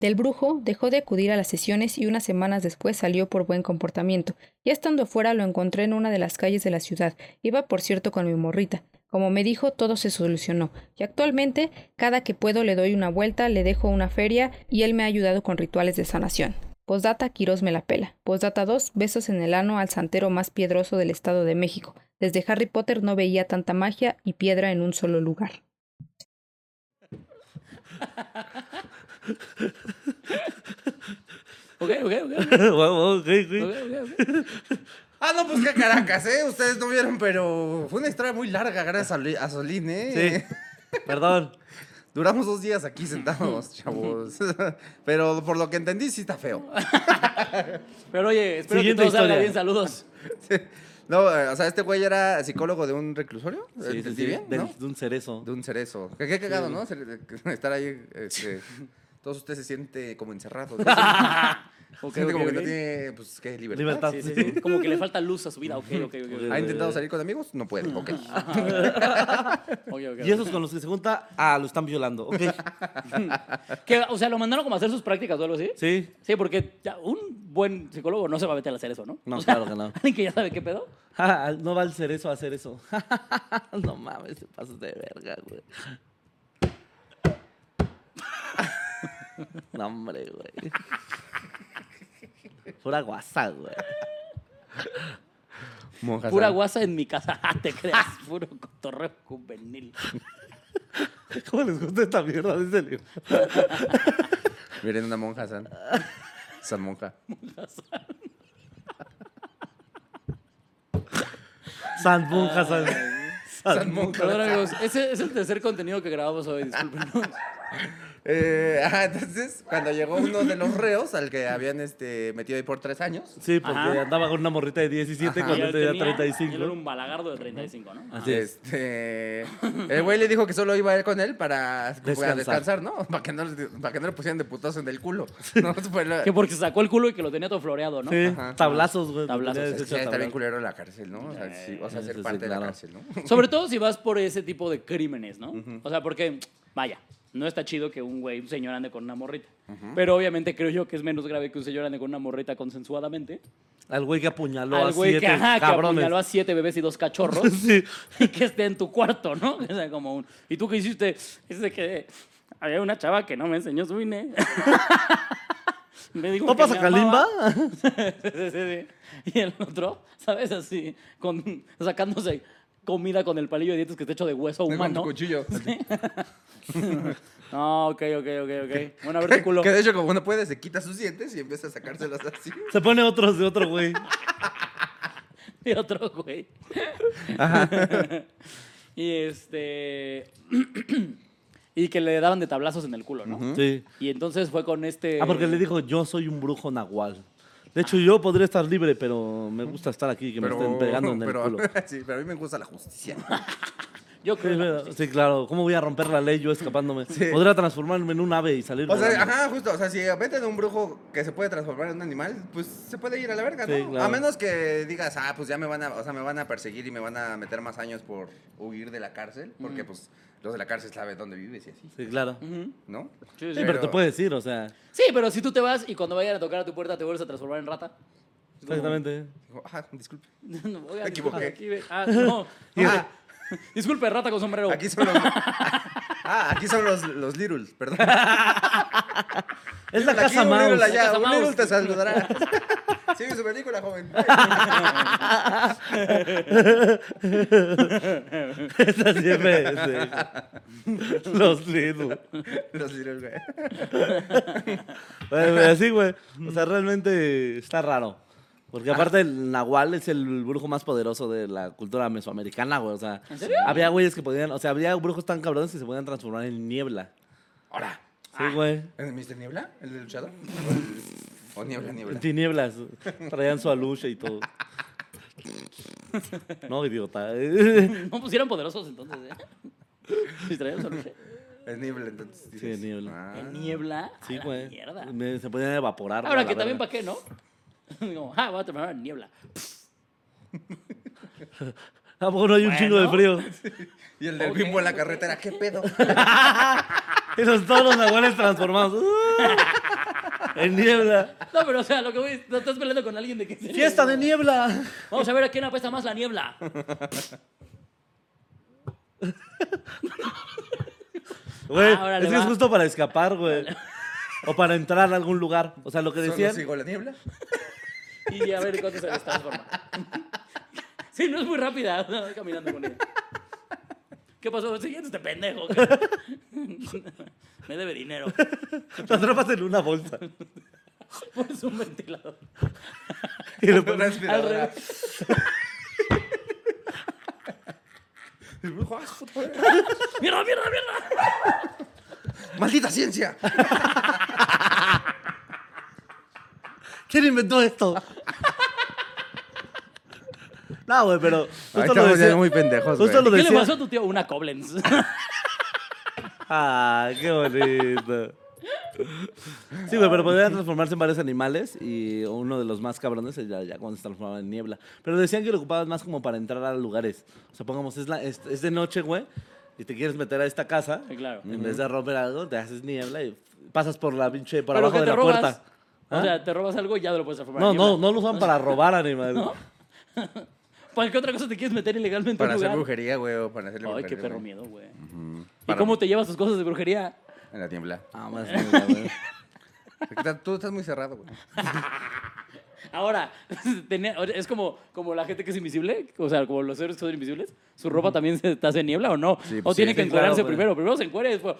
S5: Del brujo dejó de acudir a las sesiones y unas semanas después salió por buen comportamiento. Ya estando afuera lo encontré en una de las calles de la ciudad. Iba por cierto con mi morrita. Como me dijo, todo se solucionó. Y actualmente, cada que puedo le doy una vuelta, le dejo una feria y él me ha ayudado con rituales de sanación. Postdata Quirós me la pela. Postdata 2. Besos en el ano al santero más piedroso del Estado de México. Desde Harry Potter no veía tanta magia y piedra en un solo lugar.
S3: Ok, ok, ok.
S4: Wow,
S3: ok,
S4: ok, ok.
S3: ok, ok.
S2: Ah, no, pues qué caracas, ¿eh? Ustedes no vieron, pero fue una historia muy larga, gracias a, Li- a Solín, ¿eh?
S4: Sí. Perdón.
S2: Duramos dos días aquí sentados, chavos. pero por lo que entendí, sí está feo.
S3: Pero oye, espero
S4: Siguiente
S3: que todo salga
S4: historia.
S3: bien. Saludos.
S2: No, eh, o sea, este güey era psicólogo de un reclusorio.
S4: Sí, sí,
S2: ¿Entendí
S4: sí,
S2: bien?
S4: del-
S2: ¿no?
S4: De un cerezo.
S2: De un cerezo. Qué, qué cagado, eh, ¿no? Ser- Estar ahí, este, todos ustedes se sienten como encerrados. ¿no?
S3: Ok,
S2: Siente
S3: ok,
S2: como que no
S3: ok.
S2: tiene, pues, ¿qué? Libertad.
S4: Libertad.
S3: Sí, sí, sí. Como que le falta luz a su vida. Ok, ok, ok.
S4: Ok.
S2: ¿Ha intentado salir con amigos? No puede, ok.
S3: ok, ok, ok.
S4: Y esos con los que se junta, ah, lo están violando. Ok.
S3: Que, o sea, lo mandaron como a hacer sus prácticas o algo así.
S4: Sí.
S3: Sí, porque ya un buen psicólogo no se va a meter a hacer eso, ¿no?
S4: No,
S3: O sea,
S4: claro que no.
S3: Alguien que ya sabe qué pedo.
S4: Ah, no va al cerezo a hacer eso. no mames, te pasas de verga, güey. no, hombre, güey. Pura guasa, güey.
S2: Monjas.
S3: Pura
S2: ¿sabes?
S3: guasa en mi casa. Ah, Te creas, puro cotorreo juvenil.
S4: ¿Cómo les gusta esta mierda? Díselo.
S2: Miren una monja, San. San monja.
S4: San Monja, San.
S2: San
S3: Perdón,
S2: monja.
S3: amigos. Ese es el tercer contenido que grabamos hoy, discúlpenos.
S2: Eh, ah, entonces, cuando llegó uno de los reos al que habían este, metido ahí por tres años,
S4: Sí, porque
S3: Ajá.
S4: andaba con una morrita de
S2: Ajá.
S4: 17
S3: Y
S4: cuando
S3: él
S4: tenía
S3: tenía- Él era
S4: 35.
S3: un balagardo de 35, ¿no?
S4: Así es.
S2: este, el güey le dijo que solo iba a ir con él para para
S4: Descansar.
S2: descansar, ¿no? Para que no, les- para que no le pusieran de putazo en el culo. No, fue la-
S3: Que porque se sacó el culo y que lo tenía todo floreado, ¿no?
S4: Sí,
S2: Ajá.
S4: tablazos, güey.
S3: Tablazos.
S4: Tenía
S2: Es que está
S4: 18
S2: bien
S4: tablazos.
S2: culero la cárcel, ¿no? O sea, sí, vas a
S4: Eso
S2: ser
S4: sí,
S2: parte de la
S4: claro.
S2: cárcel, ¿no?
S3: Sobre todo si vas por ese tipo de crímenes, ¿no? O sea, porque, vaya, no está chido que un güey, un señor ande con una morrita. Pero obviamente creo yo que es menos grave que un señor ande con una morrita consensuadamente.
S4: Al güey que apuñaló
S3: Al
S4: a
S3: güey
S4: siete
S3: que, ajá, que
S4: cabrones.
S3: apuñaló a siete bebés y dos cachorros
S4: Sí.
S3: y que esté en tu cuarto, ¿no? O sea, como un... ¿Y tú qué hiciste? Es de que había una chava que no me enseñó su INE. Me dijo
S4: ¿No
S3: que
S4: pasa
S3: me
S4: Kalimba?
S3: amaba. Sí, sí, sí. Y el otro, ¿sabes? Así, con, sacándose comida con el palillo de dientes que está hecho de hueso
S2: Con tu
S3: humano.
S2: cuchillo.
S3: No, ok, ok, ok, ok. Bueno, a ver tu culo.
S2: Que de hecho, como no puede, se quita sus dientes y empieza a sacárselas así.
S4: Se pone otros de otro güey.
S3: Y otro, güey. y este... y que le daban de tablazos en el culo, ¿no?
S4: Sí.
S3: Y entonces fue con este...
S4: Ah,
S2: Eh.
S4: porque le dijo, yo soy un brujo nahual. De hecho, yo podría estar libre, pero me gusta estar aquí, y que me estén pegando en el
S2: pero-
S4: culo.
S2: sí, pero a mí me gusta la justicia.
S3: Yo
S4: Sí,
S3: creo... en la
S4: pero-
S3: justicia.
S4: sí, claro. ¿Cómo voy a romper la ley yo escapándome?
S2: Sí.
S4: Podría transformarme en un ave y salir
S2: O sea,
S4: volando.
S2: ajá, justo. O sea, si meten a un brujo que se puede transformar en un animal, pues se puede ir a la verga, ¿no?
S4: Sí, claro.
S2: A menos que digas, ah, pues ya me van a, o sea, me van a perseguir y me van a meter más años por huir de la cárcel, porque pues los de la cárcel saben dónde vives y así,
S4: Sí, claro. Sí,
S3: Ujú.
S2: ¿no?
S3: Sí, sí.
S4: pero, te puedes ir, o sea.
S3: Sí, pero si tú te vas y cuando vayan a tocar a tu puerta te vuelves a transformar en rata.
S4: Exactamente.
S2: Digo, Ajá, disculpe.
S3: No, oiga,
S2: Me equivoqué.
S3: disculpe, aquí ve- Ah, no.
S2: Ah,
S3: Disculpe, rata con sombrero.
S2: aquí son los. Ah, aquí son los, los Lirul, perdón.
S4: Es la
S2: Aquí
S4: casa
S2: un Lirul
S4: mouse.
S2: allá,
S3: Casa
S2: un
S3: Mouse.
S2: Lirul te saludará. Sí, vi su película, joven.
S4: Esa siempre es, sí. Los Lidl.
S2: Los Lirul, güey.
S4: Bueno, pero sí, Pues, güey. O sea, realmente está raro.
S3: Ah.
S4: Porque aparte el nahual es el brujo más poderoso de la cultura mesoamericana, güey. O sea, había güeyes que podían, o sea, había brujos tan cabrones que se podían transformar en niebla.
S2: Ahora,
S4: Sí,
S3: Ah.
S4: güey.
S2: ¿el Mr. Niebla? ¿El del luchador? ¿O Niebla,
S4: En
S2: Niebla?
S4: tinieblas. Traían su aluche y todo. No, idiota.
S3: No pusieron poderosos entonces, ¿eh? Si traían solución.
S2: Es Niebla, entonces. dices.
S4: Niebla.
S2: Ah.
S3: En niebla.
S4: Sí,
S3: a la
S4: güey.
S3: Mierda.
S4: Me- Se podían evaporar. güey,
S3: Ahora
S4: a
S3: que
S4: la
S3: también,
S4: verga.
S3: ¿para qué, no? Como, ah, voy a transformar en niebla.
S4: ¿A poco no hay un chingo de frío?
S3: Bueno.
S2: Y el del
S3: Ok.
S2: bimbo en la carretera, ¿qué pedo?
S4: Esos todos los nahuales transformados. en niebla.
S3: No, pero o sea, lo que voy es, no estás peleando con alguien de que...
S4: Fiesta de niebla.
S3: Vamos a ver a quién apesta más la niebla.
S4: Güey,
S3: Ah, órale,
S4: es que es
S3: va.
S4: justo para escapar, güey. O para entrar a algún lugar. O sea, lo que
S2: Solo
S4: decían.
S2: sigo la niebla.
S3: Y a ver cuánto se les transforma. Sí, no es muy rápida, ¿no? caminando con ella. ¿Qué pasó? Siguiente este pendejo. Me debe dinero.
S4: Te atrapas en una bolsa.
S3: Pones un ventilador.
S4: Y le
S2: Una
S4: pones-
S3: Al
S2: aspiradora.
S3: revés.
S2: El brujo, ah, puta madre.
S3: ¡Mierda, mierda, mierda!
S2: ¡Maldita ciencia!
S4: ¿Quién inventó esto? No, güey, pero.
S2: Ahí
S4: Justo lo
S2: estamos ya
S4: decía.
S2: muy pendejos,
S4: justo
S2: güey.
S4: lo
S3: ¿Qué le
S4: decía.
S3: pasó a tu tío? Una Koblenz.
S4: Ah, qué bonito. Sí, güey, pero podían transformarse en varios animales y uno de los más cabrones es ya, ya cuando se transformaba en niebla. Pero decían que lo ocupaban más como para entrar a lugares. O sea, pongamos, es, la- es- es de noche, güey, y te quieres meter a esta casa.
S3: Sí, claro.
S4: En vez de romper algo, te haces niebla y pasas por la pinche, por
S3: Pero
S4: abajo
S3: que
S4: de
S3: te
S4: la
S3: robas.
S4: puerta. ¿Ah?
S3: O sea, te robas algo y ya te lo puedes transformar.
S4: No,
S3: en
S4: no,
S3: niebla.
S4: no lo usan para robar animales.
S3: ¿Para qué otra cosa te quieres meter ilegalmente
S2: Para
S3: a un
S2: hacer
S3: lugar?
S2: brujería, güey, o para hacerle
S3: Ay,
S2: brujería.
S3: qué perro
S2: güey.
S3: miedo, güey. ¿Y
S2: Para-
S3: cómo te llevas tus cosas de brujería?
S2: En la tiembla.
S4: Ah, más niebla, güey.
S2: Tú estás muy cerrado, güey.
S3: Ahora, tenía- es como, como la gente que es invisible, o sea, como los héroes que son invisibles, ¿su ropa también se te hace niebla o no?
S2: Sí, pues
S3: o
S2: sí,
S3: tiene que
S4: sí,
S3: encuadrarse
S4: claro, güey.
S3: primero. Primero se encuera y después,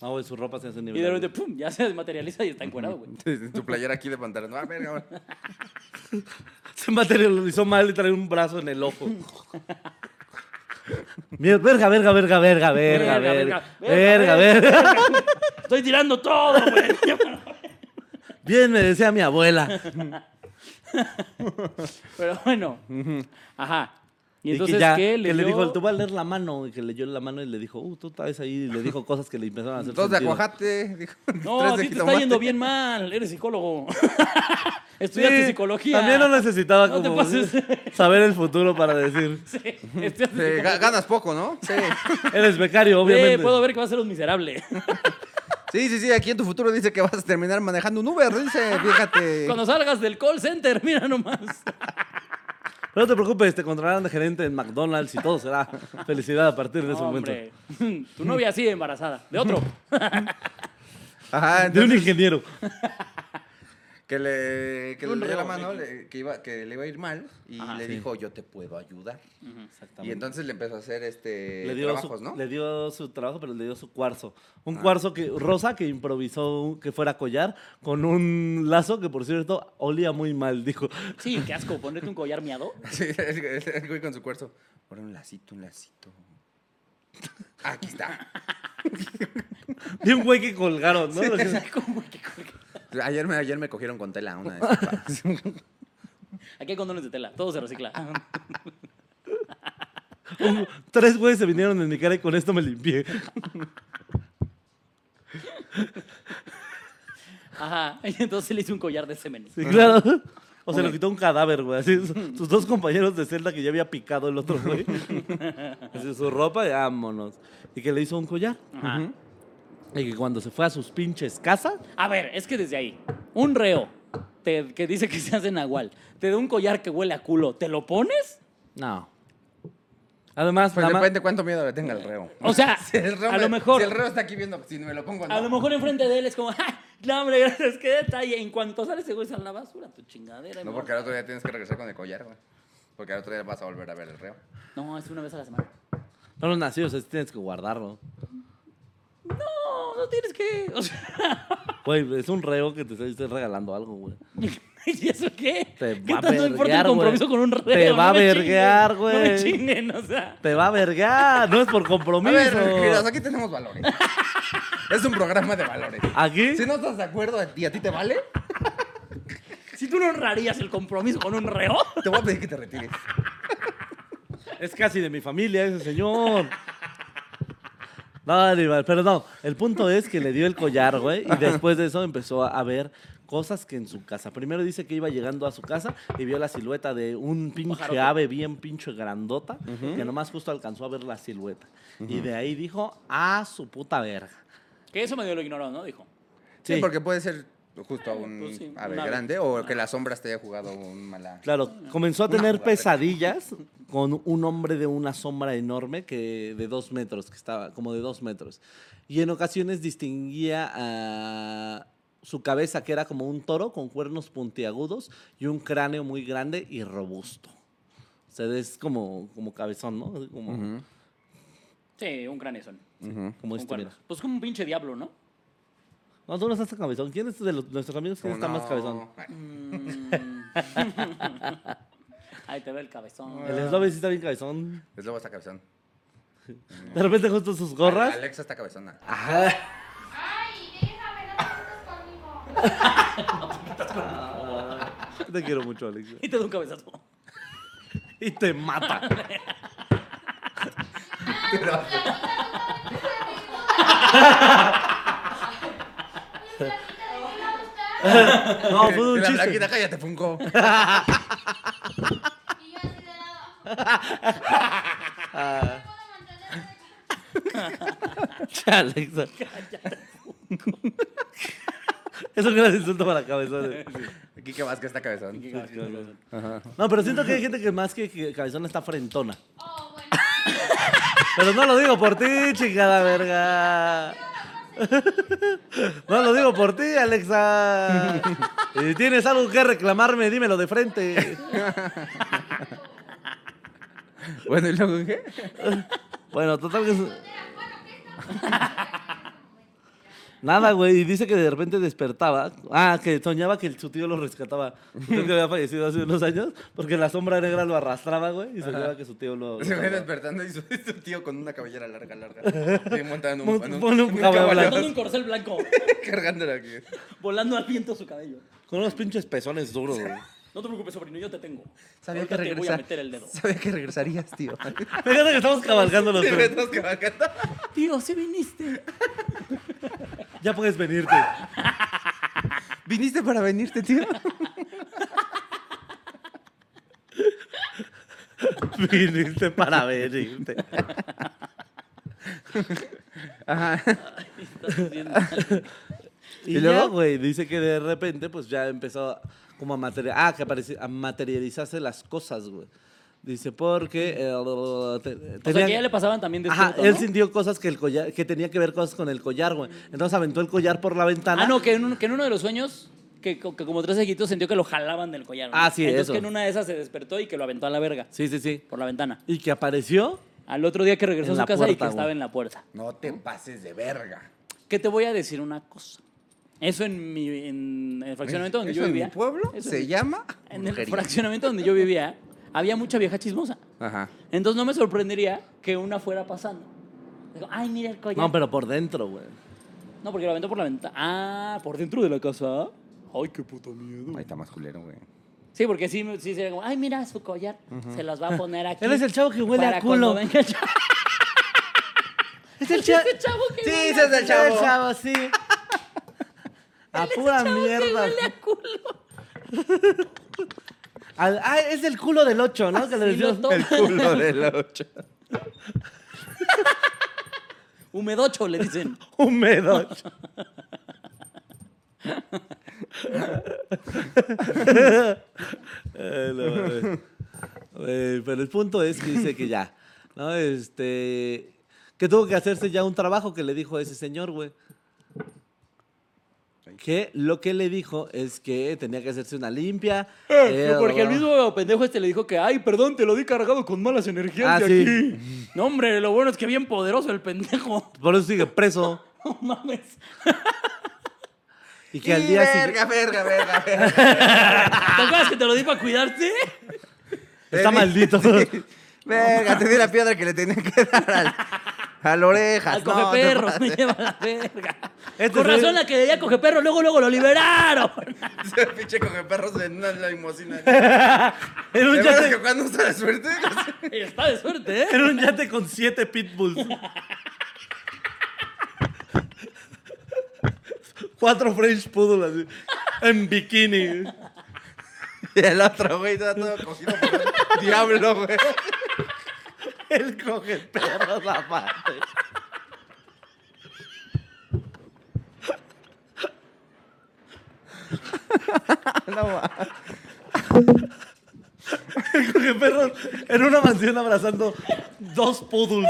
S4: No, güey, su ropa se hace
S3: y de
S4: niebla.
S3: repente,
S4: güey.
S3: pum, ya se desmaterializa y está encuerado, güey.
S2: Tu playera aquí de pantalón. Ah, verga, güey.
S4: Se materializó mal y trae un brazo en el ojo. Mier- Verga, verga, verga, verga, verga, verga, verga, verga.
S3: Estoy tirando todo, güey.
S4: Bien, me decía mi abuela.
S3: Pero bueno, ajá. Y
S4: que
S3: entonces,
S4: ya-
S3: ¿qué?
S4: que le
S3: Leyó-
S4: dijo, te voy a leer la mano. Y que leyó la mano y le dijo, uh, tú traes ahí. Y le dijo cosas que le empezaron a hacer
S2: Dos de
S4: sentido.
S2: aguajate. dijo,
S3: No,
S2: tres
S3: a
S2: de
S3: ti te está
S2: jitomate.
S3: yendo bien mal. Eres psicólogo.
S4: Sí,
S3: Estudiaste psicología.
S4: También no necesitaba
S3: No te
S4: como
S3: pases.
S4: saber el futuro para decir,
S3: Sí, estudiaste
S2: Sí, ga- ganas poco, ¿no? Sí.
S4: eres becario,
S3: psicología.
S4: obviamente.
S3: Sí, puedo ver que va a ser un miserable.
S2: sí, sí, sí. Aquí en tu futuro dice que vas a terminar manejando un Uber. Dice, fíjate.
S3: Cuando salgas del call center, mira nomás.
S4: Pero no te preocupes, te contratarán de gerente en McDonald's y todo será felicidad a partir de ese momento.
S3: Hombre, tu novia sigue embarazada. De otro.
S2: Ajá,
S4: De un
S2: entonces,
S4: ingeniero.
S2: que le, que
S3: Un
S2: le dio la
S3: reo,
S2: mano,
S3: sí.
S2: le- que, iba, que le iba a ir mal. Y
S3: Ajá, Mm.
S2: le
S4: sí.
S2: dijo, yo te puedo ayudar. Y
S4: Exactamente.
S2: entonces le empezó a hacer este
S4: le dio,
S2: trabajos,
S4: su,
S2: ¿no? Ah.
S4: le dio su trabajo, pero le dio su cuarzo. Un cuarzo que, rosa que improvisó un- que fuera collar con un lazo que, por cierto, olía muy mal, dijo.
S3: Sí, qué asco, ponerte un collar miado.
S2: Sí, el, el güey con su cuarzo. Ahora un lacito, un lacito. Aquí está.
S4: De un güey que colgaron, ¿no?
S3: ¿Cómo que colgar?
S2: Ayer me, ayer me cogieron con tela una disculpa. Pues
S3: Aquí hay condones de tela, todo se recicla.
S4: Un- tres güeyes se vinieron en mi cara y con esto me limpié.
S3: Ajá. Y entonces le hice un collar de semen.
S2: Ah.
S4: Sí, claro. O se lo quitó un cadáver, güey. Así, su- sus dos compañeros de celda que ya había picado el otro güey. Así, su ropa y vámonos. Y que le hizo un collar.
S3: Ajá.
S4: Y que cuando se fue a sus pinches casas,
S3: A ver, es que desde ahí, un reo te- que dice que se hace nahual, te da un collar que huele a culo, ¿te lo pones?
S4: no. Además,
S2: Pues
S4: nada más-
S2: depende cuánto miedo le tenga el reo.
S3: O sea,
S2: Si el reo
S3: a
S2: me-
S3: lo mejor,
S2: Si el reo está aquí viendo, si me lo pongo, no.
S3: a lo mejor enfrente de él es como, ¡ay! No, hombre, gracias, qué detalle. En cuanto sale ese güey, sale a la basura, tu chingadera.
S2: No,
S3: mi
S2: porque
S3: amor.
S2: al otro día tienes que regresar con el collar, güey. Porque al otro día vas a volver a ver el reo.
S3: No, es una vez a la semana.
S4: No los nací, o sea, sí tienes que guardarlo.
S3: No, no tienes que. O sea,
S4: Güey, es un reo que te estoy estoy regalando algo, güey.
S3: ¿y eso qué?
S4: Te
S3: ¿Qué
S4: va a
S3: tanto importa el
S4: verguear,
S3: compromiso
S4: güey.
S3: con un reo?
S4: Te
S3: No
S4: va a
S3: me chinguen,
S4: verguear,
S3: No me
S4: güey.
S3: chinguen, o sea.
S4: Te va a vergar, no es por
S2: A
S4: compromiso.
S2: ver, queridos, aquí tenemos valores. es un programa de valores.
S4: ¿Aquí?
S2: Si no estás de acuerdo a ti, a ti te vale,
S3: Si tú no honrarías el compromiso con un reo,
S2: te voy a pedir que te retires.
S4: Es casi de mi familia ese señor. No, Aníbal, pero no. El punto es que le dio el collar, güey, y después de eso empezó a ver cosas que en su casa. Primero dice que iba llegando a su casa y vio la silueta de un pinche
S3: Pajarote.
S4: ave bien pinche grandota, que nomás justo alcanzó a ver la silueta. Y de ahí dijo, a su puta verga.
S3: que eso medio lo ignoró, ¿no? Dijo.
S2: Sí,
S4: Sí.
S2: porque puede ser justo a un
S3: Pues sí,
S2: ave
S3: un ave.
S2: grande o que la sombra te haya jugado un mala.
S4: Claro, comenzó a
S2: Una
S4: tener
S2: jugada.
S4: pesadillas con un hombre de una sombra enorme que de dos metros, que estaba como de dos metros. Y en ocasiones distinguía a su cabeza, que era como un toro con cuernos puntiagudos y un cráneo muy grande y robusto. O sea, es como, como cabezón, ¿no? Así Como,
S3: Sí, un granesón.
S2: Ujú.
S3: Con
S4: como este, mira.
S3: cuernos. Pues como un pinche diablo, ¿no?
S4: No, tú no estás tan cabezón. ¿Quién es de los- nuestros amigos? ¿Quién está
S2: Oh,
S4: más
S2: No.
S4: cabezón?
S3: Ahí te ve el cabezón.
S4: El eslove sí está bien cabezón.
S2: Es lobo está cabezón.
S4: De repente justo sus gorras.
S2: Alexa está cabezona.
S4: Ah.
S6: Ay, déjame, no te metas conmigo.
S4: Te quiero mucho, Alex.
S3: Y te da un cabezazo.
S4: Y te mata.
S6: Yo
S4: No, fue un
S2: la
S4: chiste.
S2: blanquita, cállate, Funko.
S6: Y yo así de lado. No puedo mantener el
S4: Chale, exacto. Es un gran insulto para eh. la cabeza. de-
S2: Kike Vázquez está cabezón.
S4: No, pero siento que hay gente que más que, que cabezón está frentona.
S6: Oh, bueno.
S4: Pero no lo digo por ti, chingada verga. No lo digo por ti, Alexa. Si tienes algo que reclamarme, dímelo de frente.
S2: Bueno, ¿y luego qué?
S4: Bueno, total que... Nada, güey. Y dice que de repente despertaba. Ah, que soñaba que el- su tío lo rescataba. Su tío que había fallecido hace unos años. Porque la sombra negra lo arrastraba, güey. Y soñaba que su tío lo... lo
S2: Se ve
S4: salvaba.
S2: despertando y su, su tío con una cabellera larga, larga. Sí, montado en un,
S4: Mont-
S2: en un-
S4: pone un
S2: en un
S4: caballo
S2: caballo
S4: blanco.
S3: Montando un corcel blanco,
S2: cargándolo aquí.
S3: volando al viento su cabello.
S4: Con unos pinches pezones duros, güey.
S3: No te preocupes, sobrino, yo te tengo.
S2: Sabía que,
S3: Ahorita te voy a
S2: regresar,
S3: meter el dedo.
S2: sabía que regresarías, tío.
S4: Me encanta que estamos cabalgando los
S2: Sí,
S4: tres.
S2: ves, nos cabalgando.
S3: Tío, sí viniste.
S4: Ya puedes venirte.
S2: ¿Viniste para venirte, tío?
S4: Viniste para venirte.
S2: Ajá.
S4: Y,
S2: ¿Y
S4: luego,
S2: luego?
S4: güey, dice que de repente, pues ya empezó como a, materi- ah, que apareci- a materializarse las cosas, güey. Dice, porque... eh, te-
S3: O sea,
S4: tenía-
S3: que ya le pasaban también de
S4: Ajá,
S3: escrito,
S4: él
S3: ¿no?
S4: sintió cosas que, el collar, que tenía que ver cosas con el collar, güey. Entonces aventó el collar por la ventana.
S3: Ah, no, que en, un- que en uno de los sueños, que, co- que como tres ejitos sintió que lo jalaban del collar. ¿no?
S4: Ah, sí,
S3: Entonces
S4: eso.
S3: que en una de esas se despertó y que lo aventó a la verga,
S4: Sí, sí, sí.
S3: por la ventana.
S4: Y que apareció.
S3: Al otro día que regresó
S4: En
S3: a
S4: la
S3: su casa y
S4: puerta,
S3: que estaba
S4: güey.
S3: en la puerta.
S2: No te pases de verga.
S3: Que te voy a decir una cosa. Eso en mi en el fraccionamiento donde
S2: Eso
S3: yo
S2: en
S3: vivía.
S2: mi pueblo
S3: eso
S2: se
S3: en-
S2: llama
S3: En el
S2: brujería. Ah.
S3: fraccionamiento donde yo vivía, había mucha vieja chismosa.
S2: Ajá.
S3: Entonces no me sorprendería que una fuera pasando. Digo, ay, mira el collar.
S4: No, pero por dentro, güey.
S3: No, porque lo aventó por la ventana. Ah, por dentro de la casa. Ay, qué puto miedo.
S2: Ahí está más culero, güey.
S3: Sí, porque sí, sí sería como, ay, mira su collar, se las va a poner aquí.
S4: Él es el chavo que huele a
S3: para
S4: culo.
S3: cuando venga el chavo.
S4: Es el chavo.
S3: Ese chavo que
S2: Sí,
S3: huele
S2: ese es el chavo.
S4: El chavo, sí. A pura mierda.
S3: a culo.
S4: Al- ah, es el culo del 8, ¿no? Que le
S3: Y lo
S4: decimos-
S3: toma.
S2: Culo del ocho.
S3: Humedocho, le dicen.
S4: Húmedo. Eh, no, güey. Güey, pero el punto es que dice que ya, ¿no? Este, que tuvo que hacerse ya un trabajo que le dijo ese señor, güey. Que lo que le dijo es que tenía que hacerse una limpia. eh,
S3: porque el
S4: bla, bla,
S3: mismo pendejo este le dijo que, ay, perdón, te lo di cargado con malas energías
S4: Ah,
S3: de
S4: sí.
S3: aquí. No, hombre, lo bueno es que bien poderoso el pendejo.
S4: bla. Por eso sigue preso.
S3: No mames.
S4: Y que al
S2: Y
S4: día siguiente.
S2: verga, verga, verga, verga.
S3: ¿Te acuerdas que te lo di para cuidarte?
S4: Está
S2: Te di-
S4: maldito.
S2: Sí. Verga, te di la piedra que le tenía que dar al, a la
S4: Ah,
S2: oreja.
S3: Al coge perro, me lleva la verga.
S4: Este
S3: Con
S4: soy-
S3: razón la que le di a coge perro, luego, luego lo liberaron.
S2: Se pinche coge perros en una limosina.
S4: Era un
S2: ¿De verdad que
S4: yate,
S2: cuando está la suerte?
S3: Está de suerte, ¿eh?
S4: era un yate con siete pitbulls. Cuatro French poodles así, en bikini.
S2: Y el otro, güey, está todo cogido por el diablo, güey.
S4: Él coge perros aparte.
S2: No, ma.
S4: Él coge perros en una mansión abrazando dos poodles.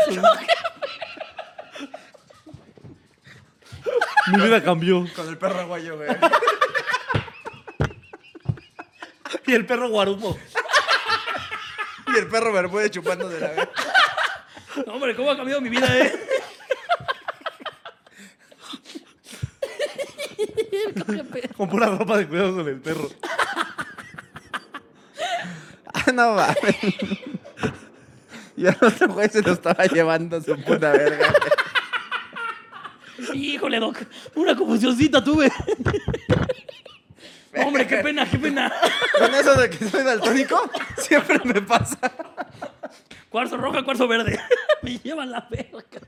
S4: Mi vida cambió.
S2: Con el perro guayo, güey.
S4: Y el perro guarumo.
S2: Y el perro bermude chupando de la verga.
S3: No, hombre, ¿cómo ha cambiado mi vida, eh?
S4: Con pura ropa de cuidado con el perro.
S2: Ah, no mames. Y al otro güey se lo estaba llevando a su puta verga. güey.
S3: Híjole, Doc. Una confusioncita tuve. No, hombre, qué pena, qué pena.
S2: Con eso de que soy daltónico, siempre me pasa.
S3: Cuarzo roja, cuarzo verde. Me llevan la verga.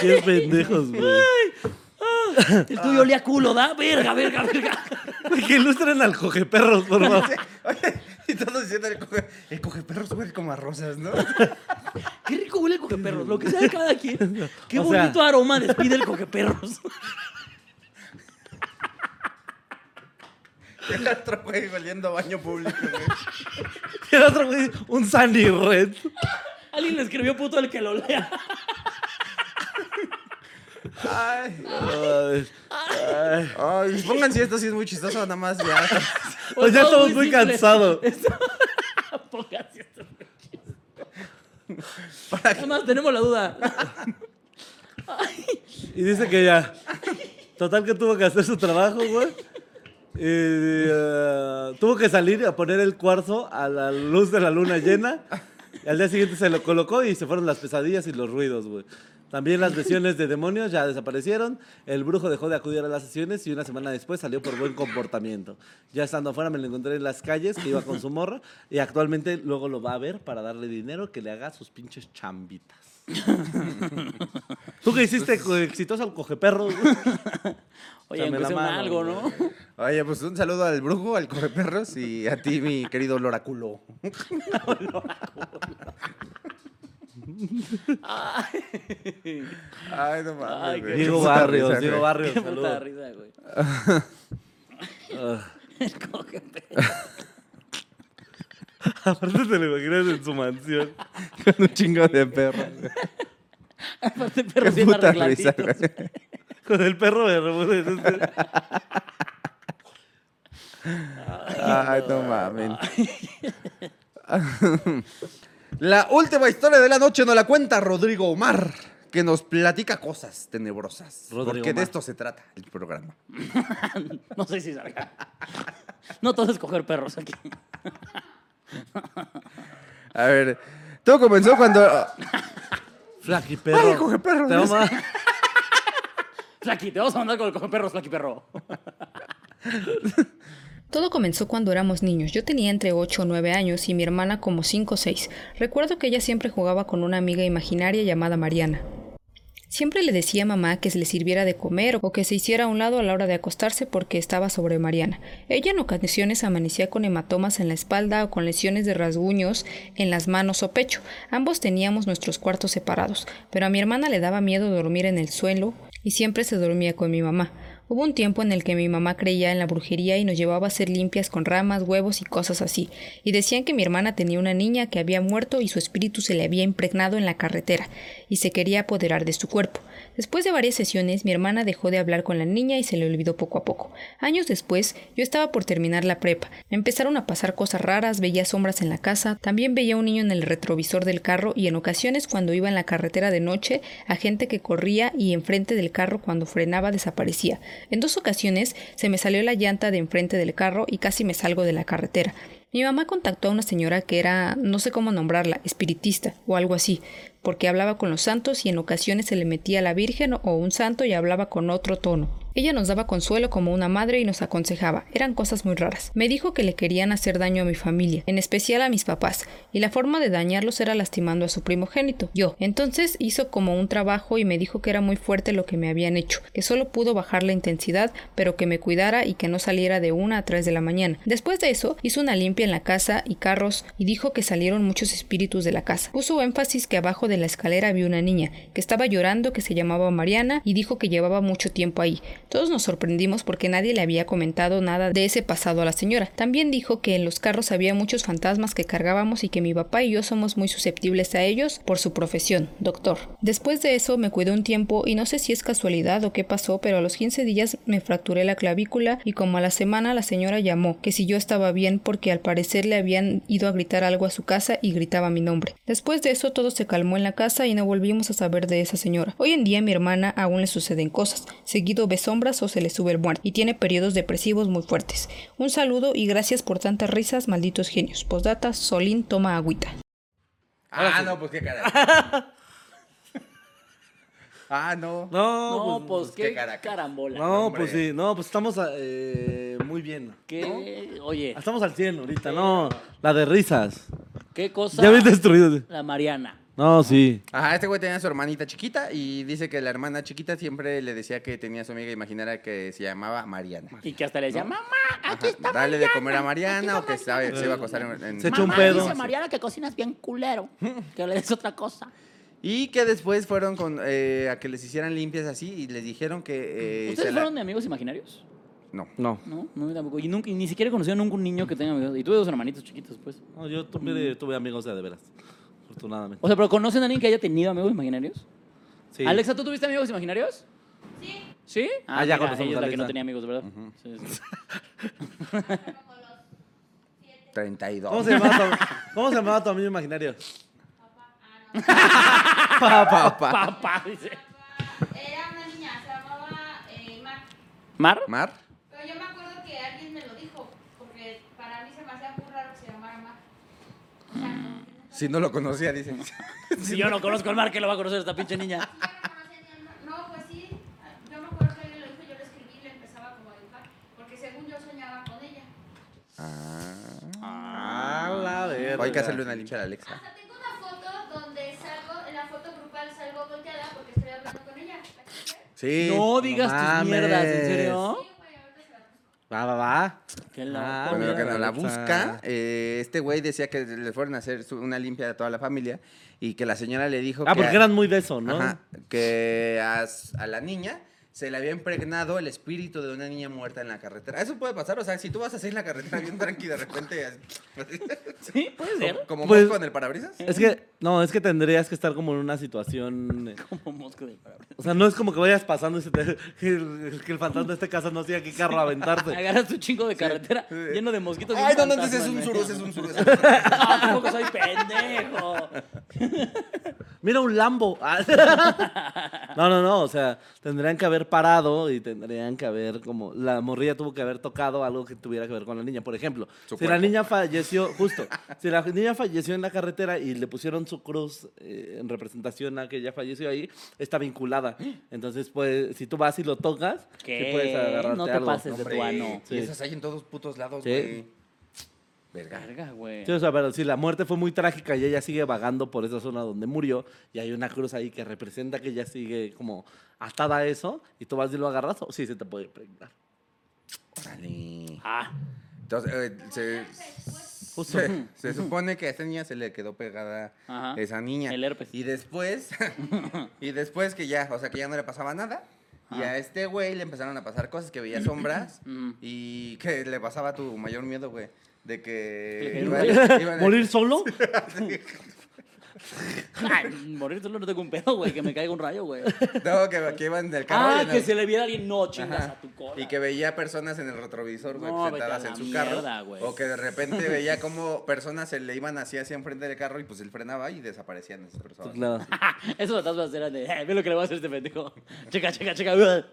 S4: Qué pendejos, güey.
S3: El tuyo olía culo, ¿da? Verga, verga, verga.
S4: Que ilustren al cogeperros, por favor.
S2: Oye, y todos diciendo el coge, el coge perros huele como a rosas, ¿no?
S3: Qué rico huele el cogeperros, lo que sea de cada quien. Qué
S4: O sea-
S3: bonito aroma despide el cogeperros.
S2: El otro güey oliendo a baño público, güey.
S4: Y el otro, güey, un Sandy Red.
S3: Alguien le escribió puto al que lo lea.
S2: Ay,
S4: Ay.
S2: ay, pónganse esto si es muy chistoso, nada más ya.
S4: Pues ya estamos muy cansados.
S3: Pónganse esto.
S2: Para
S3: Nada más tenemos la duda.
S4: Y dice que ya. Total que tuvo que hacer su trabajo, güey. Y, eh, tuvo que salir a poner el cuarzo a la luz de la luna llena. Y al día siguiente se lo colocó y se fueron las pesadillas y los ruidos, güey. También las lesiones de demonios ya desaparecieron. El brujo dejó de acudir a las sesiones y una semana después salió por buen comportamiento. Ya estando afuera me lo encontré en las calles, que iba con su morra. Y actualmente luego lo va a ver para darle dinero que le haga sus pinches chambitas. ¿Tú qué hiciste co- exitoso al cogeperro?
S3: Oye,
S4: Échame
S3: aunque
S4: la
S3: sea un
S4: mano,
S3: algo, ¿no?
S2: Oye, pues un saludo al brujo, al correperros y a ti, mi querido Loraculo. Ay, no mames.
S3: Ay,
S2: güey.
S3: qué-
S4: Diego
S2: Qué puta
S4: Barrios,
S2: risa,
S4: Diego
S2: güey.
S4: Barrios.
S3: Qué
S4: saludos.
S3: puta risa, güey. El cogeperros.
S4: Aparte te lo imaginas en su mansión.
S2: Con un chingo de perros. güey.
S3: Aparte,
S2: Qué
S3: perros bien
S2: puta risa,
S3: arregladitos.
S2: güey.
S4: Con el perro de Ramón.
S2: Ay, no mames. La última historia de la noche nos la cuenta Rodrigo Omar, que nos platica cosas tenebrosas.
S4: Rodrigo
S2: porque de
S4: Omar.
S2: esto se trata el programa.
S3: No sé si salga. No todo es coger perros aquí.
S2: A ver, todo comenzó cuando... Ah,
S4: Flaky perro.
S2: Ay, coge perro,
S4: Te
S2: no
S4: vamos a-
S3: Flaky, te vamos a mandar con el coger perros, Flaky perro.
S2: pues,
S5: Todo comenzó cuando éramos niños. Yo tenía entre 8 o 9 años y mi hermana como 5 o 6. Recuerdo que ella siempre jugaba con una amiga imaginaria llamada Mariana. Siempre le decía a mamá que se le sirviera de comer o que se hiciera a un lado a la hora de acostarse porque estaba sobre Mariana. Ella en ocasiones amanecía con hematomas en la espalda o con lesiones de rasguños en las manos o pecho. Ambos teníamos nuestros cuartos separados, pero a mi hermana le daba miedo dormir en el suelo y siempre se dormía con mi mamá. Hubo un tiempo en el que mi mamá creía en la brujería y nos llevaba a hacer limpias con ramas, huevos y cosas así, y decían que mi hermana tenía una niña que había muerto y su espíritu se le había impregnado en la carretera y se quería apoderar de su cuerpo. Después de varias sesiones, mi hermana dejó de hablar con la niña y se le olvidó poco a poco. Años después, yo estaba por terminar la prepa. Me empezaron a pasar cosas raras, veía sombras en la casa, también veía un niño en el retrovisor del carro y en ocasiones cuando iba en la carretera de noche a gente que corría y enfrente del carro cuando frenaba desaparecía. En dos ocasiones se me salió la llanta de enfrente del carro y casi me salgo de la carretera. Mi mamá contactó a una señora que era, no sé cómo nombrarla, espiritista o algo así, porque hablaba con los santos y en ocasiones se le metía a la Virgen o un santo y hablaba con otro tono. Ella nos daba consuelo como una madre y nos aconsejaba. Eran cosas muy raras. Me dijo que le querían hacer daño a mi familia, en especial a mis papás, y la forma de dañarlos era lastimando a su primogénito, yo. Entonces hizo como un trabajo y me dijo que era muy fuerte lo que me habían hecho, que solo pudo bajar la intensidad, pero que me cuidara y que no saliera de una a tres de la mañana. Después de eso, hizo una limpia en la casa y carros y dijo que salieron muchos espíritus de la casa. Puso énfasis que abajo de la escalera había una niña, que estaba llorando, que se llamaba Mariana, y dijo que llevaba mucho tiempo ahí. Todos nos sorprendimos porque nadie le había comentado nada de ese pasado a la señora. También dijo que en los carros había muchos fantasmas que cargábamos y que mi papá y yo somos muy susceptibles a ellos por su profesión, doctor. Después de eso me cuidé un tiempo y no sé si es casualidad o qué pasó, pero a los 15 días me fracturé la clavícula y como a la semana la señora llamó, que si yo estaba bien porque al parecer le habían ido a gritar algo a su casa y gritaba mi nombre. Después de eso todo se calmó en la casa y no volvimos a saber de esa señora. Hoy en día a mi hermana aún le suceden cosas, seguido ve sombras o se le sube el muerto y tiene periodos depresivos muy fuertes. Un saludo y gracias por tantas risas, malditos genios. Postdata, Solín toma agüita.
S2: Ah, no, pues qué carajo. Ah, no.
S4: No,
S3: No,
S4: pues,
S3: pues,
S2: qué
S3: qué
S2: caracas.
S3: carambola.
S4: no,
S2: hombre.
S4: pues sí. No, pues estamos eh, muy bien.
S3: Qué- Oye,
S4: Estamos al 100 ahorita, no. La de risas.
S3: qué cosa.
S4: Ya bien destruido.
S3: La Mariana.
S4: No, sí.
S2: Ajá, este güey tenía a su hermanita chiquita y dice que la hermana chiquita siempre le decía que tenía a su amiga imaginaria que se llamaba Mariana.
S3: Y que hasta le decía, mamá, aquí
S2: Ajá,
S3: está
S2: Dale de
S3: Mariana,
S2: comer a Mariana
S3: aquí
S2: o que
S3: está
S2: sabe, se iba a acostar en... en-
S4: Se echó un
S3: Mamá,
S4: pedo.
S3: dice Mariana que cocinas bien culero, que le des otra cosa.
S2: Y que después fueron con, eh, a que les hicieran limpias así y les dijeron que... eh, se
S3: ¿Ustedes
S2: la-
S3: fueron de amigos imaginarios?
S2: No.
S4: No.
S3: No, no, yo tampoco. Y, nunca, y ni siquiera conocí a ningún niño que tenga amigos. Y tuve dos hermanitos chiquitos, pues.
S4: No, yo tuve, tuve amigos de, de veras. Afortunadamente.
S3: O sea, pero ¿conocen a alguien que haya tenido amigos imaginarios?
S4: Sí.
S3: Alexa, ¿tú tuviste amigos imaginarios?
S6: Sí,
S3: ¿Sí?
S4: Ah, ya
S3: mira,
S4: conocemos
S3: ella es
S4: a
S3: la que no
S4: Alexa.
S3: tenía amigos, ¿verdad? Sí, sí.
S2: 32.
S4: ¿Cómo se, llamaba tu, ¿Cómo se llamaba tu amigo imaginario?
S6: Ah,
S2: Papá.
S3: Papá, dice.
S6: era una niña, se llamaba eh, Mac.
S3: ¿Mar?
S2: Mar.
S6: Pero yo me acuerdo que alguien me lo dijo, porque para mí se me hacía muy raro que se llamara Mac. O sea, como que nunca-
S2: Si no lo conocía, dicen.
S3: Si yo no conozco al Mar, ¿qué lo va a conocer esta pinche niña?
S6: yo no conocía ni al Mac. No, pues sí, yo me acuerdo que alguien lo dijo, yo lo escribí y le empezaba como el Mac, porque según yo soñaba con ella.
S4: Ah, la verga.
S2: O hay que hacerle una limpia a la Alexa.
S6: Hasta tengo una foto donde salgo, en la foto grupal salgo volteada porque estoy hablando con ella. ¿La quieres ver?
S2: Sí.
S3: No digas
S4: mames.
S3: tus mierdas, ¿en serio?
S6: Sí, güey, ahorita se la busco.
S4: Va, va, va.
S3: Qué
S4: Ah,
S3: loco.
S2: Bueno, lo que
S4: mira,
S2: no la
S4: Alexa.
S2: busca, eh, este güey decía que le fueron a hacer su- una limpia a toda la familia y que la señora le dijo
S4: Ah,
S2: que,
S4: porque eran muy de eso, ¿no?
S2: ajá, que a, s- a la niña se le había impregnado el espíritu de una niña muerta en la carretera. Eso puede pasar, o sea, si tú vas así en la carretera bien tranqui de repente, así,
S3: Sí, puede ser.
S2: como
S4: Pues-
S2: mosco en el parabrisas.
S4: Es que, no, es que tendrías que estar como en una situación. eh,
S3: Como mosco de palabra.
S4: O sea, no es como que vayas pasando y se te- que el, que el fantasma de este casa no sea qué carro aventarte.
S3: Pues, Agarras tu chingo de carretera lleno de mosquitos. y
S2: Ay,
S3: un
S2: no, no, entonces es
S3: fantasma,
S2: un
S3: ¿no?
S2: surus, es un surus.
S3: Ah, tampoco soy pendejo.
S4: Mira un Lambo. Ah. No, no, no. O sea, tendrían que haber parado y tendrían que haber como. La morrilla tuvo que haber tocado algo que tuviera que ver con la niña. Por ejemplo,
S2: Su
S4: si la
S2: cuerpo.
S4: niña falleció, justo, si la niña falleció en la carretera y le pusieron su cruz eh, en representación a que ella falleció ahí, está vinculada. Entonces, pues, si tú vas y lo tocas, sí
S3: ¿Qué?
S4: puedes agarrarte
S3: No te
S4: algo.
S3: pases de
S2: Hombre,
S3: tu ano.
S2: Y
S4: Sí.
S2: esas hay en todos putos lados,
S4: Sí.
S2: güey. Verga.
S3: Carga, güey.
S4: Sí, o sea, pero si la muerte fue muy trágica y ella sigue vagando por esa zona donde murió y hay una cruz ahí que representa que ella sigue como atada a eso y tú vas y lo agarras, o sí se te puede impregnar.
S2: Órale.
S3: Ah,
S2: Entonces, eh, se,
S4: Justo.
S2: se, se supone que a esta niña se le quedó pegada
S3: Ajá.
S2: esa niña.
S3: El herpes.
S2: Y después, y después que ya, o sea, que ya no le pasaba nada. Y a este güey le empezaron a pasar cosas que veía sombras
S3: Mm.
S2: y que le pasaba tu mayor miedo, güey. De que
S3: Que le
S2: Eh, iba- iba en el-
S4: ¿Morir solo?
S3: Ay, morir solo no tengo un pedo, güey, que me caiga un rayo, güey.
S2: No, que, que iba en el carro. y
S3: Ah,
S2: en
S3: que
S2: el-
S3: se le viera a alguien, no, chingas
S2: Ajá.
S3: a tu cola.
S2: Y que veía personas en el retrovisor, güey,
S3: No, vete
S2: sentadas
S3: a la
S2: en su
S3: mierda,
S2: carro.
S3: güey.
S2: O que de repente veía como personas se le iban así hacia enfrente del carro y pues él frenaba y desaparecían esas personas.
S4: Claro.
S3: Eso lo vas a hacer, de, "Eh, ve lo que le voy a hacer a este pendejo. Checa, checa, checa. ugh".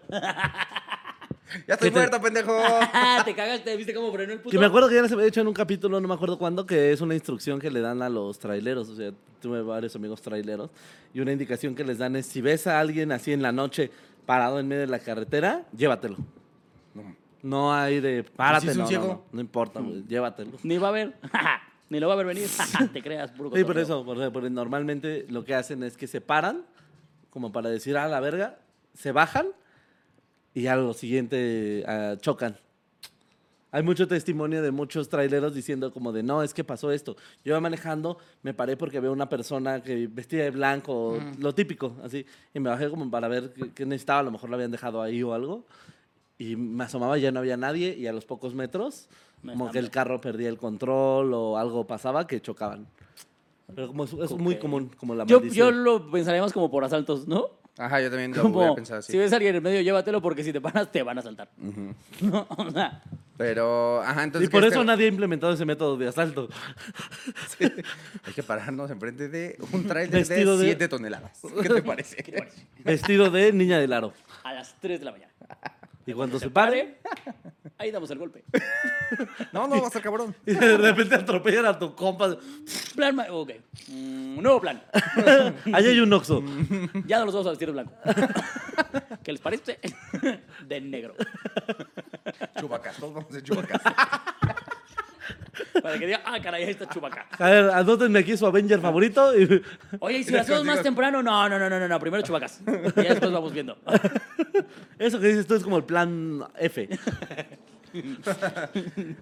S2: ¡Ya estoy
S4: ¿Qué te-
S2: muerto, pendejo!
S3: Ah, te cagaste, viste cómo frenó el puto.
S4: Que me acuerdo que ya les había hecho en un capítulo, no me acuerdo cuándo, que es una instrucción que le dan a los traileros. O sea, tuve varios amigos traileros. Y una indicación que les dan es: si ves a alguien así en la noche parado en medio de la carretera, llévatelo. No hay de "Pues párate,
S2: Así es un
S4: no, no,
S2: ciego.
S4: no, no importa, güey, llévatelo.
S3: Ni va a ver, ni lo va a ver venir. te creas, puro
S4: Sí, por
S3: cotorreo.
S4: eso, por- porque normalmente lo que hacen es que se paran, como para decir, ah, la verga, se bajan y ya lo siguiente ah, chocan. Hay mucho testimonio de muchos traileros diciendo como de, no, es que pasó esto. Yo iba manejando, me paré porque veo una persona que vestida de blanco, lo típico, así, y me bajé como para ver qué- qué necesitaba, a lo mejor lo habían dejado ahí o algo. Y me asomaba, ya no había nadie, y a los pocos metros,
S3: Me
S4: como que el
S3: estampa.
S4: carro perdía el control o algo pasaba que chocaban. Pero como es, es muy
S3: Ok.
S4: común, como la
S3: Yo, yo
S4: maldición.
S3: lo pensaríamos como por asaltos, ¿no?
S2: Ajá, yo también lo hubiera
S3: Como,
S2: pensado así.
S3: si ves a alguien en medio, llévatelo porque si te paras, te van a saltar. No, o sea,
S2: Pero, ajá, entonces...
S4: y por
S2: que
S4: eso
S2: este-
S4: nadie ha implementado ese método de asalto.
S2: Hay que pararnos enfrente de un trailer
S4: Vestido
S2: de
S4: de-
S2: 7 toneladas. ¿Qué te parece?
S4: Vestido de niña del aro.
S3: a las 3 de la mañana.
S4: Y cuando se pare,
S3: Ahí damos el golpe.
S2: No, no, va a estar cabrón.
S4: y de repente atropellan a tu compa.
S3: Plan, ma- ok. Mm, nuevo plan.
S4: Ahí hay un oxo.
S3: Ya no los vamos a vestir de blanco. ¿Qué les parece? De negro.
S2: Chubacas, todos vamos a ser chubacas.
S3: Para que diga, ah, caray, ahí está Chubaca.
S4: A ver, anótenme aquí su Avenger favorito. y-
S3: Oye, ¿y si lo hacemos más temprano? No, no, no, no, no, no, primero Chubacas. Y ya después vamos viendo.
S4: Eso que dices tú es como el plan F.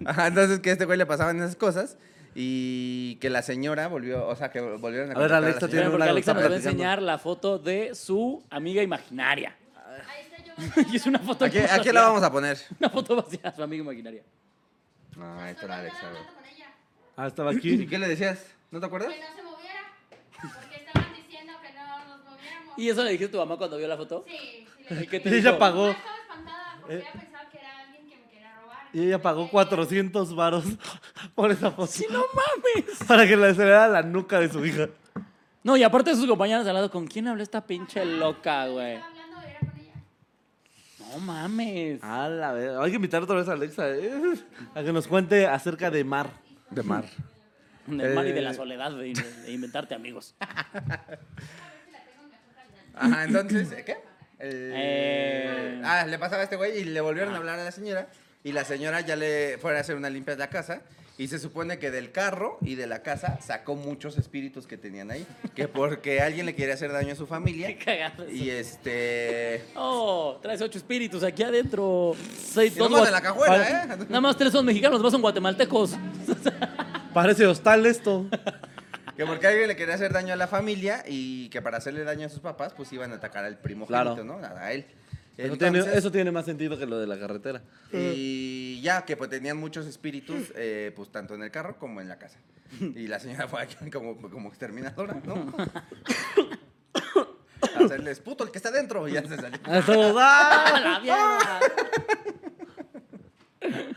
S2: Ajá, entonces que a este güey le pasaban esas cosas y que la señora volvió, o sea, que volvieron a
S4: A ver,
S2: contratar
S4: Alexa
S2: la
S4: tiene
S2: señora.
S3: Esperen, porque
S4: una
S3: Alexa
S4: gota
S3: nos va a
S4: platicando.
S3: enseñar la foto de su amiga imaginaria.
S6: Ahí está yo.
S3: Ah. Y es una foto
S2: ¿A qué,
S3: vacía.
S2: a qué la vamos a poner?
S3: Una foto vacía a su amiga imaginaria.
S2: Ah, esta
S6: Estoy
S2: era
S6: hablando
S2: Alexa. güey.
S6: con ella.
S4: Ah, estaba
S2: ¿Y
S4: aquí.
S2: qué le decías? ¿No te
S4: ¿Eh?
S2: acuerdas?
S6: Que no se moviera. Porque estaban diciendo que no nos moviéramos.
S3: ¿Y eso le dijiste a tu mamá cuando vio la foto?
S6: Sí, sí.
S3: ¿Qué
S6: le dije.
S3: te
S4: Y
S3: dijo?
S4: ella pagó.
S6: No, estaba espantada porque
S4: Eh.
S6: ella pensaba que era alguien que me quería robar.
S4: Y ella pagó 400 varos por esa foto.
S3: ¡Sí, no mames!
S4: Para que le acelerara la nuca de su hija.
S3: No, y aparte de sus compañeros al lado, ¿con quién habló esta pinche loca,
S6: Yo
S3: güey?
S6: Estaba hablando, era con ella.
S3: No mames.
S4: A la ver- Hay que invitar otra vez a Alexa eh, a que nos cuente acerca de Mar.
S2: De mar.
S3: Del mal y de la
S2: Eh.
S3: soledad de, de inventarte amigos.
S2: Ajá, entonces, ¿eh, ¿qué? El-
S3: Eh. Ah.
S2: Ah, le pasaba a este güey y le volvieron a hablar a la señora. Y la señora ya le fue a hacer una limpia de la casa. Y se supone que del carro y de la casa sacó muchos espíritus que tenían ahí. Que porque alguien le quería hacer daño a su familia.
S3: Qué cagado.
S2: Y este.
S3: Oh, traes ocho espíritus aquí adentro. Seis,
S2: Y
S3: dos
S2: nomás de
S3: guat-
S2: la cajuela, ¿eh?
S3: Nada más tres son mexicanos, dos son guatemaltecos.
S4: Parece hostal esto.
S2: Que porque alguien le quería hacer daño a la familia y que para hacerle daño a sus papás, pues iban a atacar al primogénito,
S4: Claro.
S2: ¿no? A él.
S4: Eso tiene,
S2: Entonces-
S4: eso tiene más sentido que lo de la carretera.
S2: Y ya que pues tenían muchos espíritus, eh, pues tanto en el carro como en la casa. Y la señora fue aquí como, como exterminadora, ¿no? A Hacerles puto el que está adentro y ya se salió.
S4: Eso, ¡ah!
S3: ¡A la mierda!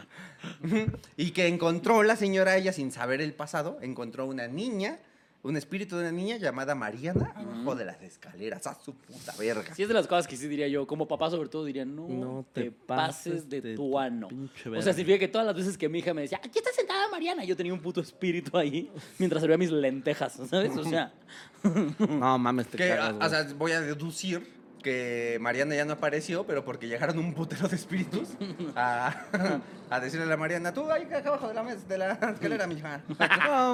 S2: Y que encontró la señora, ella sin saber el pasado, encontró una niña, un espíritu de una niña llamada Mariana, abajo de las escaleras, a su puta verga.
S3: Sí, es de las cosas que sí diría yo, como papá sobre todo diría, no,
S4: No
S3: te,
S4: te
S3: pases
S4: pases
S3: de,
S4: de tu
S3: tu ano.
S4: pinche
S3: O sea,
S4: verga.
S3: significa que todas las veces que mi hija me decía, aquí está sentada Mariana, yo tenía un puto espíritu ahí mientras servía mis lentejas, ¿sabes? O sea,
S4: No mames, te
S2: Que,
S4: cagas,
S2: a-
S4: güey.
S2: o sea, voy a deducir que Mariana ya no apareció, pero porque llegaron un putero de espíritus a, a decirle a la Mariana, tú ahí acá abajo de la mesa, de la escalera, mija.
S4: No,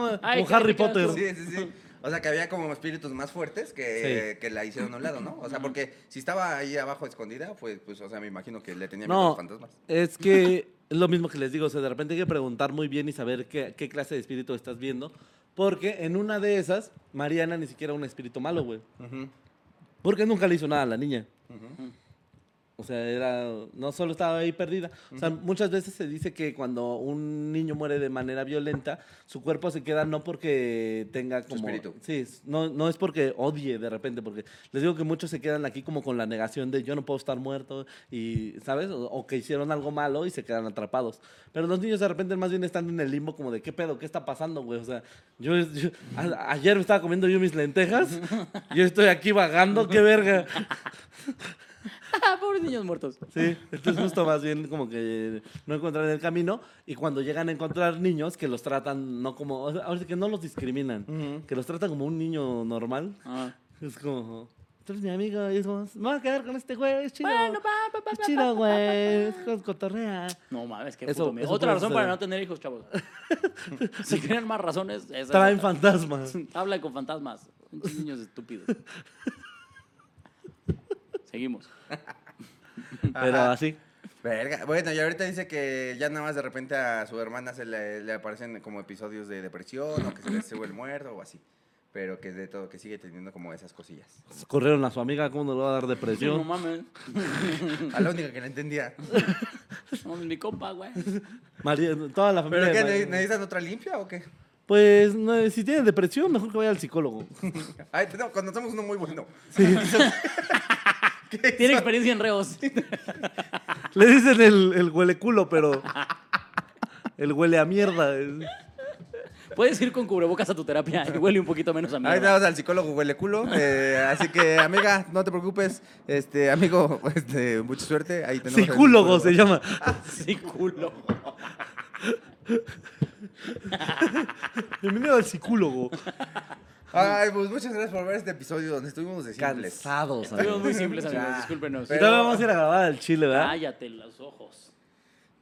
S4: mames,
S3: Ay,
S4: como Harry
S3: qué picante.
S4: Potter.
S2: Sí, sí, sí. O sea, que había como espíritus más fuertes que, que la hicieron a un lado, ¿no? O sea, porque si estaba ahí abajo escondida, pues, pues o sea, me imagino que le tenía miedo a los
S4: No,
S2: fantasmas.
S4: es que es lo mismo que les digo, o sea, de repente hay que preguntar muy bien y saber qué, qué clase de espíritu estás viendo, porque en una de esas, Mariana ni siquiera era un espíritu malo, güey,
S2: Ujú.
S4: porque nunca le hizo nada a la niña. O sea, era, no solo estaba ahí perdida. O sea, muchas veces se dice que cuando un niño muere de manera violenta, su cuerpo se queda no porque tenga como...
S2: espíritu.
S4: Sí, es- no, no es porque odie de repente, porque les digo que muchos se quedan aquí como con la negación de yo no puedo estar muerto y, ¿sabes? O, o que hicieron algo malo y se quedan atrapados. Pero los niños de repente más bien están en el limbo como de, ¿qué pedo? ¿Qué está pasando, güey? O sea, yo, yo- a- ayer me estaba comiendo yo mis lentejas, yo estoy aquí vagando, qué verga.
S3: "Ah, pobres niños muertos.
S4: Sí, entonces justo más bien como que no encuentran el camino y cuando llegan a encontrar niños que los tratan no como, o sea, ahora sí que no los discriminan, que los tratan como un niño normal,
S3: Ah.
S4: es como, tú eres mi amigo y es como, me voy a quedar con este güey, es chido,
S3: Bueno, va, va, va,
S4: es
S3: va, va,
S4: chido
S3: va, va,
S4: güey, es con- cotorrea.
S3: No mames, qué
S4: Eso-
S3: puto miedo.
S4: eso
S3: Otra
S4: puede
S3: razón
S4: suceder.
S3: para no tener hijos, chavos. si tienen más razones, esa es
S4: Traen
S3: otra.
S4: fantasmas.
S3: Habla con fantasmas. Pinches Niños estúpidos. Seguimos.
S4: Pero así.
S2: Verga. Bueno, y ahorita dice que ya nada más de repente a su hermana se le, le aparecen como episodios de depresión o que se le sube el muerto o así. Pero que de todo, que sigue teniendo como esas cosillas.
S4: Corrieron a su amiga, ¿cómo no le va a dar
S3: No
S4: depresión?
S3: mames.
S2: A la única que la entendía.
S3: No, mi compa, güey.
S4: María, toda la familia.
S2: ¿Pero qué? ¿ne-
S4: de María-
S2: ¿Necesitan otra limpia o qué?
S4: Pues no, si tiene depresión, mejor que vaya al psicólogo.
S2: Ay, no, conocemos uno muy bueno.
S3: Tiene experiencia en reos.
S4: Le dicen el, el huele culo, pero. El huele a mierda.
S3: Puedes ir con cubrebocas a tu terapia y huele un poquito menos a
S2: Ahí
S3: mierda.
S2: vamos al psicólogo huele culo. eh, así que, amiga, no te preocupes. Este, amigo, este, mucha suerte. Ahí tenemos al
S4: Psicólogo se llama.
S2: Ah,
S3: Sí, culo.
S4: Bienvenido al psicólogo.
S2: pues. Ay, pues muchas gracias por ver este episodio donde estuvimos de simples.
S4: Cansados,
S3: Estuvimos
S4: amigos.
S3: muy simples, amigos.
S2: Ya.
S3: Discúlpenos.
S4: Y
S2: Pero-
S4: todavía vamos a ir a grabar al Chile, ¿verdad?
S3: Cállate los ojos.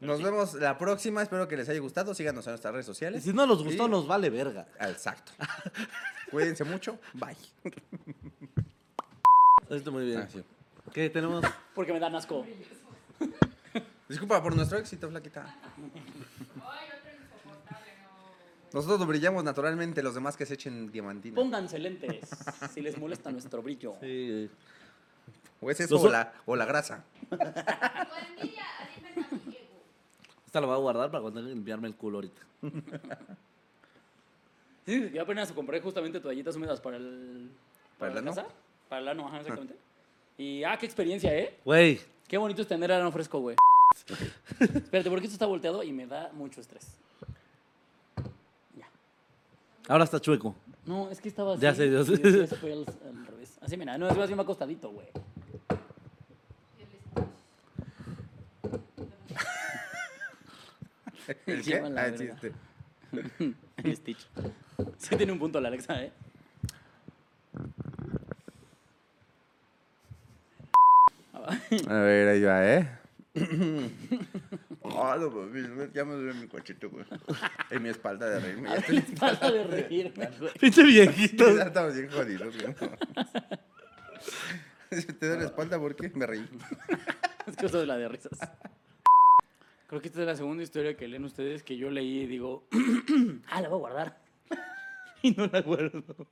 S2: Nos vemos la próxima. Espero que les haya gustado. Síganos en nuestras redes sociales.
S4: Si no nos gustó,
S2: Sí.
S4: nos vale verga.
S2: Ah, Exacto. Cuídense mucho. Bye.
S4: Está muy bien.
S2: Ah, sí.
S4: ¿Qué tenemos?
S3: Porque me dan asco.
S2: Disculpa por nuestro éxito, flaquita. Nosotros brillamos naturalmente, los demás que se echen diamantina.
S3: Pónganse lentes si les molesta nuestro brillo.
S4: Sí.
S2: O es eso
S4: Los-
S2: o la, o la grasa.
S6: envidia, alimentan a mi ego.
S4: Esta la voy a guardar para cuando limpiarme el culo ahorita.
S3: Sí, yo apenas compré justamente toallitas húmedas para el.
S2: ¿Para el
S3: la
S2: ano?
S3: casa. Para el ano, ajá, exactamente. Y, ah, qué experiencia, ¿eh?
S4: Güey,
S3: Qué bonito es tener ano fresco, güey. Espérate, porque esto está volteado y me da mucho estrés.
S4: ahora está chueco.
S3: No, es que estaba así.
S4: Ya sé, ya sé.
S3: y después fue al, al revés. Así, mira, no, es más bien va acostadito, güey.
S2: ¿El qué?
S3: Llevan la
S2: Ah, sí,
S3: verga.
S2: este.
S3: El Stitch. Sí tiene un punto la Alexa, ¿eh?
S2: A ver, ahí va, ¿eh? Ah, no, mames, ya me duele mi cochito, güey. En mi espalda de reírme. Ya estoy-
S3: Falta de reírme, güey.
S4: Pinche viejito.
S2: ya estamos bien jodidos, güey. Si te duele la espalda, ¿por qué? Me reí.
S3: Es cosa de la de risas. Creo que esta es la segunda historia que leen ustedes que yo leí y digo, ah, la voy a guardar. y no la guardo.